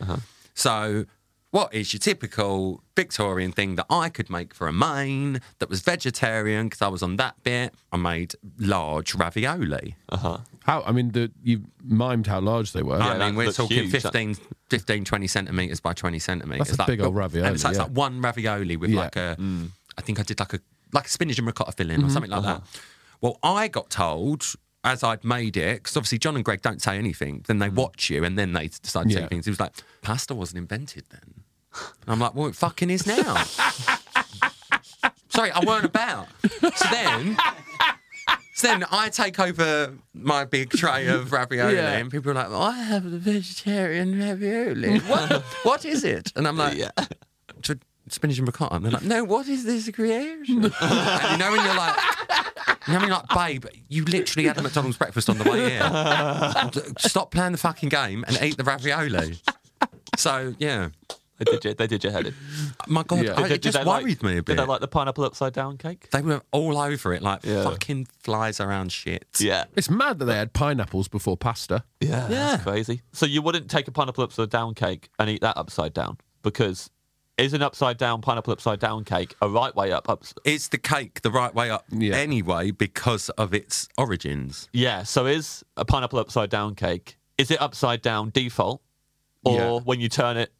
So, what is your typical Victorian thing that I could make for a main that was vegetarian? Because I was on that bit. I made large ravioli. How? I mean, the, you mimed how large they were. I mean, that we're looks talking huge. 15, 15, 20 centimetres by 20 centimetres. That's a big old ravioli, And it's, like, it's yeah. like one ravioli with Yeah. like a, I Mm. think I did like a like a spinach and ricotta filling Mm-hmm. or something like Uh-huh. that. Well, I got told as I'd made it, because obviously John and Greg don't say anything, then they watch you and then they decide to Mm. Yeah. say things. He was like, pasta wasn't invented then. And I'm like, well, it fucking is now. Sorry, I weren't about. So then. So then I take over my big tray of ravioli, Yeah. and people are like, well, "I have the vegetarian ravioli. What? what is it?" And I'm like, Yeah. "Tr- "Spinach and ricotta." And they're like, "No, what is this creation?" and you know when you're like. You know, when you're like, babe, you literally had a McDonald's breakfast on the way here. Stop playing the fucking game and eat the ravioli. So, yeah. They did you, they did you head in. My God, Yeah. I- Did- it just they like, worried me a bit. Did I like the pineapple upside down cake? They were all over it, like Yeah. fucking flies around shit. Yeah. It's mad that they had pineapples before pasta. Yeah. Yeah. That's crazy. So you wouldn't take a pineapple upside down cake and eat that upside down because is an upside down pineapple upside down cake a right way up? ups It's the cake the right way up Yeah. anyway because of its origins. yeah. So is a pineapple upside down cake? Is it upside down default, or Yeah. when you turn it?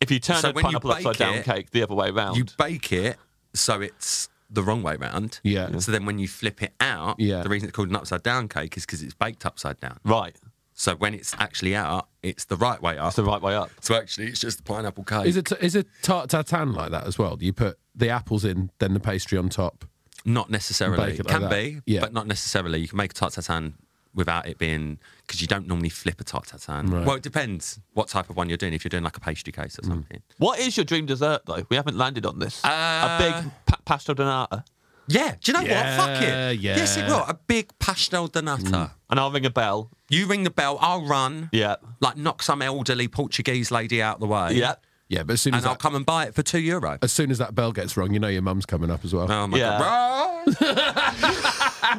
If you turn So a when you pineapple bake upside down it, cake the other way round, You bake it so it's the wrong way round. Yeah. So then when you flip it out, Yeah. the reason it's called an upside down cake is because it's baked upside down. right? So when it's actually out, it's the right way up. That's the right way up. So actually, it's just the pineapple cake. Is it is it tart tartan like that as well? Do you put the apples in, then the pastry on top? Not necessarily. Bake it like can that. be, Yeah. but not necessarily. You can make a tart tatin without it being because you don't normally flip a tart tatin. Right. Mm. Well, it depends what type of one you're doing. If you're doing like a pastry case or something. What is your dream dessert though? We haven't landed on this. a Uh, big pa- pastel donata, Yeah. Do you know what? Fuck Yeah, Mm. it. Yes, it yeah. will. A big pastel donata. and I'll ring a bell. You ring the bell. I'll run. Yeah. Like knock some elderly Portuguese lady out the way. Yeah. Yeah, but as soon as And I'll that, come and buy it for two euro. as soon as that bell gets rung, you know your mum's coming up as well. Oh my Yeah. god. Ron!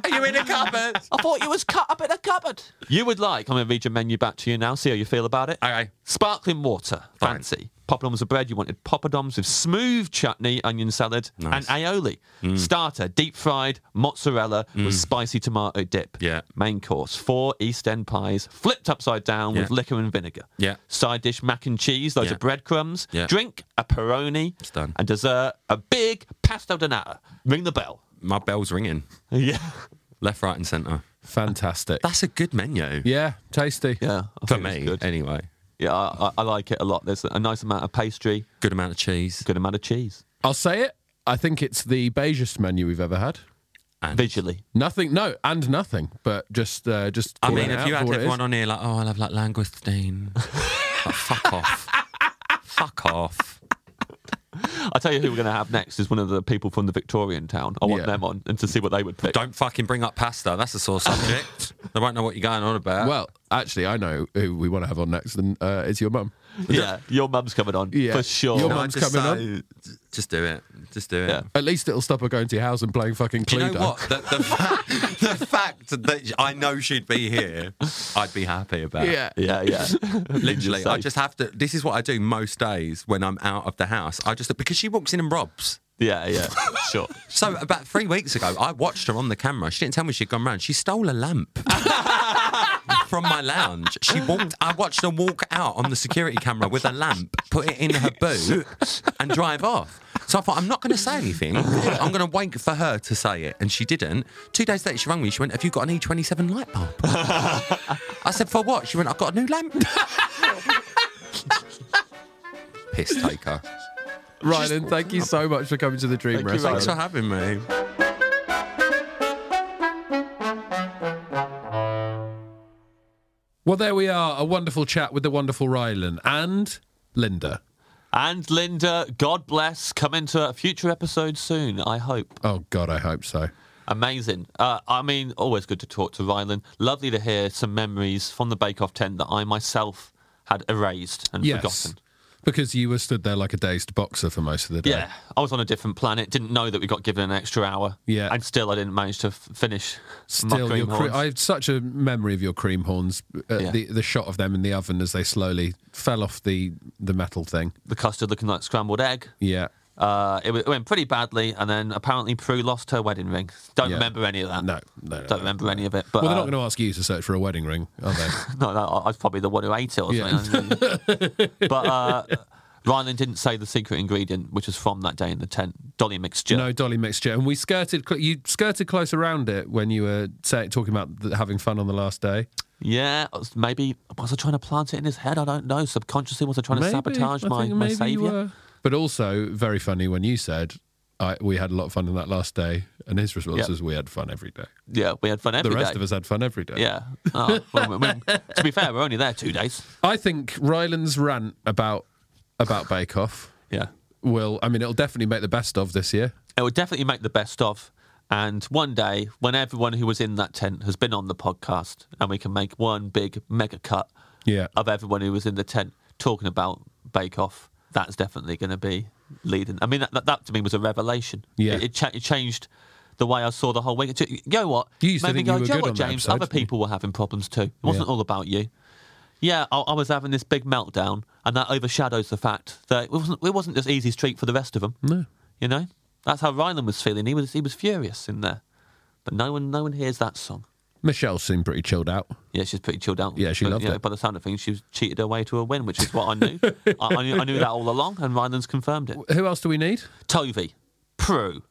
Are you in a cupboard? I thought you was cut up in a cupboard. You would like. I'm going to read your menu back to you now. See how you feel about it. Okay. Sparkling water, Fine. fancy. Poppadoms of bread. You wanted poppadoms with smooth chutney, onion salad, Nice. Mm. and aioli. Starter, deep fried mozzarella with spicy tomato dip. Yeah. Main course, four East End pies, flipped upside down with Yeah. liquor and vinegar. Yeah. Side dish, mac and cheese, loads Yeah. of breadcrumbs. Yeah. Drink, a peroni. It's done. And dessert, a big pastel donata. Ring the bell. My bell's ringing. Yeah. Left, right, and centre. Fantastic. That's a good menu. yeah, tasty. Yeah. I For think it's me, good. anyway. Yeah, I, I- I like it a lot. There's a nice amount of pastry, Good amount of cheese. good amount of cheese. I'll say it. I think it's the beigest menu we've ever had. And- Visually, Nothing, no, and nothing, but just uh, just. I calling mean, it if out you for had what it is. everyone on here like, oh, I love like langoustine. Like, fuck off. fuck off. I tell you who we're going to have next is one of the people from the Victorian town. I want Yeah. them on and to see what they would pick. Don't fucking bring up pasta. That's a sore subject. they won't know what you're going on about. Well, actually, I know who we want to have on next, and uh, it's your mum. yeah, your mum's coming on Yeah. for sure. Your Can I mum's just coming say- Just do it. Just do it. Yeah. At least it'll stop her going to your house and playing fucking Cluedo. Do you know what? The, the, fa- the fact that I know she'd be here, I'd be happy about. Yeah. Yeah, yeah. Literally, You're I safe. just have to. This is what I do most days when I'm out of the house. I just because she walks in and robs. Yeah, yeah. Sure. So about three weeks ago, I watched her on the camera. She didn't tell me she'd gone round. She stole a lamp from my lounge. She walked. I watched her walk out on the security camera with a lamp, put it in her boot, and drive off. So I thought, I'm not going to say anything. I'm going to wait for her to say it, and she didn't. Two days later, she rang me. She went, "Have you got an E27 light bulb?" I said, "For what?" She went, "I've got a new lamp." Piss taker. Ryan, thank you so much for coming to the Dream Thank you, Restaurant. Ryan. Thanks for having me. Well, there we are. A wonderful chat with the wonderful Rylan and Linda. And Linda, God bless. Come into a future episode soon, I hope. Oh, God, I hope so. Amazing. Uh, I mean, always good to talk to Rylan. Lovely to hear some memories from the Bake Off tent that I myself had erased and Yes. forgotten. Because you were stood there like a dazed boxer for most of the day. Yeah, I was on a different planet. Didn't know that we got given an extra hour. Yeah. and still I didn't manage to f- finish. my Still, your cream cre- horns. I have such a memory of your cream horns. Uh, Yeah. the, the shot of them in the oven as they slowly fell off the, the metal thing. the custard looking like scrambled egg. Yeah. Uh, it, wa- it went pretty badly, and then apparently Prue lost her wedding ring. Don't Yeah. remember any of that. No, no, no, don't no, remember any of it. But Well, they're uh, not going to ask you to search for a wedding ring, are they? No, no, I I was probably the one who ate it or Yeah. something. but uh, Ryland didn't say the secret ingredient, which was from that day in the tent, Dolly mixture. No dolly mixture, and we skirted. Cl- you skirted close around it when you were say, talking about th- having fun on the last day. Yeah, I was- maybe was I trying to plant it in his head? I don't know. Subconsciously, was I trying to sabotage I my, think my maybe you saviour? were. But also very funny when you said I, we had a lot of fun on that last day, And his response Yeah. was, we had fun every day. Yeah, we had fun every the day. rest of us had fun every day. Yeah. Oh, well, we- we- to be fair, we're only there two days. I think Ryland's rant about about Bake Off Yeah. will, I mean, it'll definitely make the best of this year. It would definitely make the best of. And one day, when everyone who was in that tent has been on the podcast, and we can make one big mega cut Yeah. of everyone who was in the tent talking about Bake Off, that's definitely going to be leading. I mean, that, that, that to me was a revelation. Yeah. It, it, cha- it changed the way I saw the whole week. You know what? You used to Made me think go, you were "Do know good what, on that James, episode, other didn't you?" people were having problems too. It wasn't Yeah. all about you. Yeah, I, I was having this big meltdown, and that overshadows the fact that it wasn't, it wasn't just easy street for the rest of them. No. You know? That's how Ryland was feeling. He was, he was furious in there. But no one, no one hears that song. Michelle seemed pretty chilled out. Yeah, she's pretty chilled out. Yeah, she but, loved you know, it. By the sound of things, she's cheated her way to a win, which is what I knew. I, I knew. I knew that all along, and Ryland's confirmed it. Who else do we need? Tovey, Prue,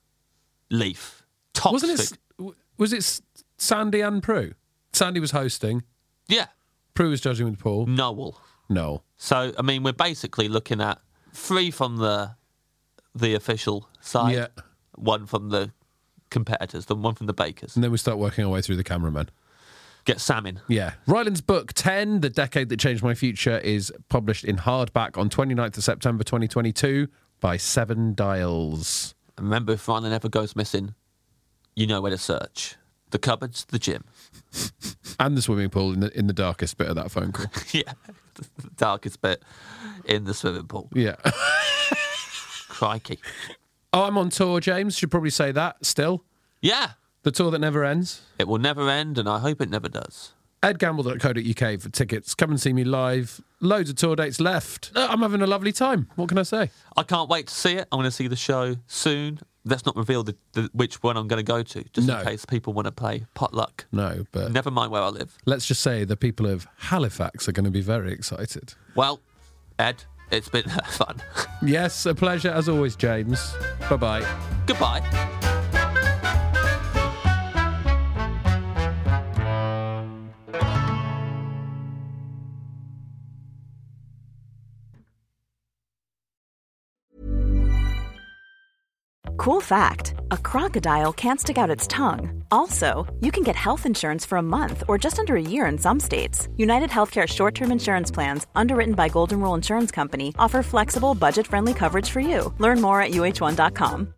Leaf, Toxic. Wasn't it, s- w- was it s- Sandy and Prue? Sandy was hosting. Yeah, Prue was judging with Paul. Noel. No. So I mean, we're basically looking at three from the the official side, Yeah. one from the competitors, then one from the bakers. And then we start working our way through the cameraman. Get Sam in. Yeah. Ryland's book, 10, The Decade That Changed My Future, is published in hardback on 29th of September 2022 by Seven Dials. And remember, if Ryland ever goes missing, you know where to search: the cupboards, the gym. And the swimming pool in the, in the darkest bit of that phone call. yeah, the darkest bit in the swimming pool. Yeah. Crikey. oh, I'm on tour, James. Should probably say that still. Yeah, The tour that never ends. it will never end, and I hope it never does. edgamble.co.uk for tickets. Come and see me live. Loads of tour dates left. Uh, I'm having a lovely time. What can I say? I can't wait to see it. I'm going to see the show soon. Let's not reveal the, the, which one I'm going to go to, just No. in case people want to play potluck. No, but Never mind where I live. let's just say the people of Halifax are going to be very excited. Well, Ed, it's been fun. Yes, a pleasure as always, James. Bye bye. Goodbye. Cool fact a crocodile can't stick out its tongue. Also, you can get health insurance for a month or just under a year in some states. United Healthcare short term insurance plans, underwritten by Golden Rule Insurance Company, offer flexible, budget friendly coverage for you. Learn more at uh1.com.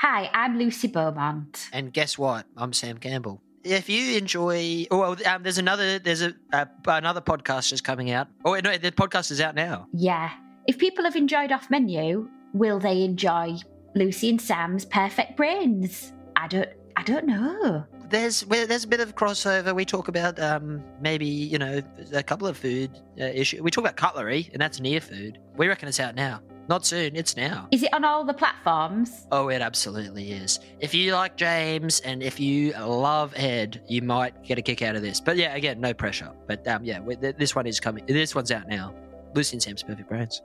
Hi, I'm Lucy Beaumont. And guess what? I'm Sam Campbell. If you enjoy, oh, well, um, there's another there's a uh, another podcast just coming out. Oh wait, no, the podcast is out now. Yeah. If people have enjoyed Off Menu, will they enjoy Lucy and Sam's Perfect Brains? I don't I don't know. There's well, there's a bit of crossover. We talk about um, maybe you know a couple of food uh, issue. We talk about cutlery, and that's near food. We reckon it's out now. Not soon. It's now. Is it on all the platforms? Oh, it absolutely is. If you like James and if you love Ed, you might get a kick out of this. But yeah, again, no pressure. But um, yeah, we- th- this one is coming. This one's out now. Lucy and Sam's Perfect Brains.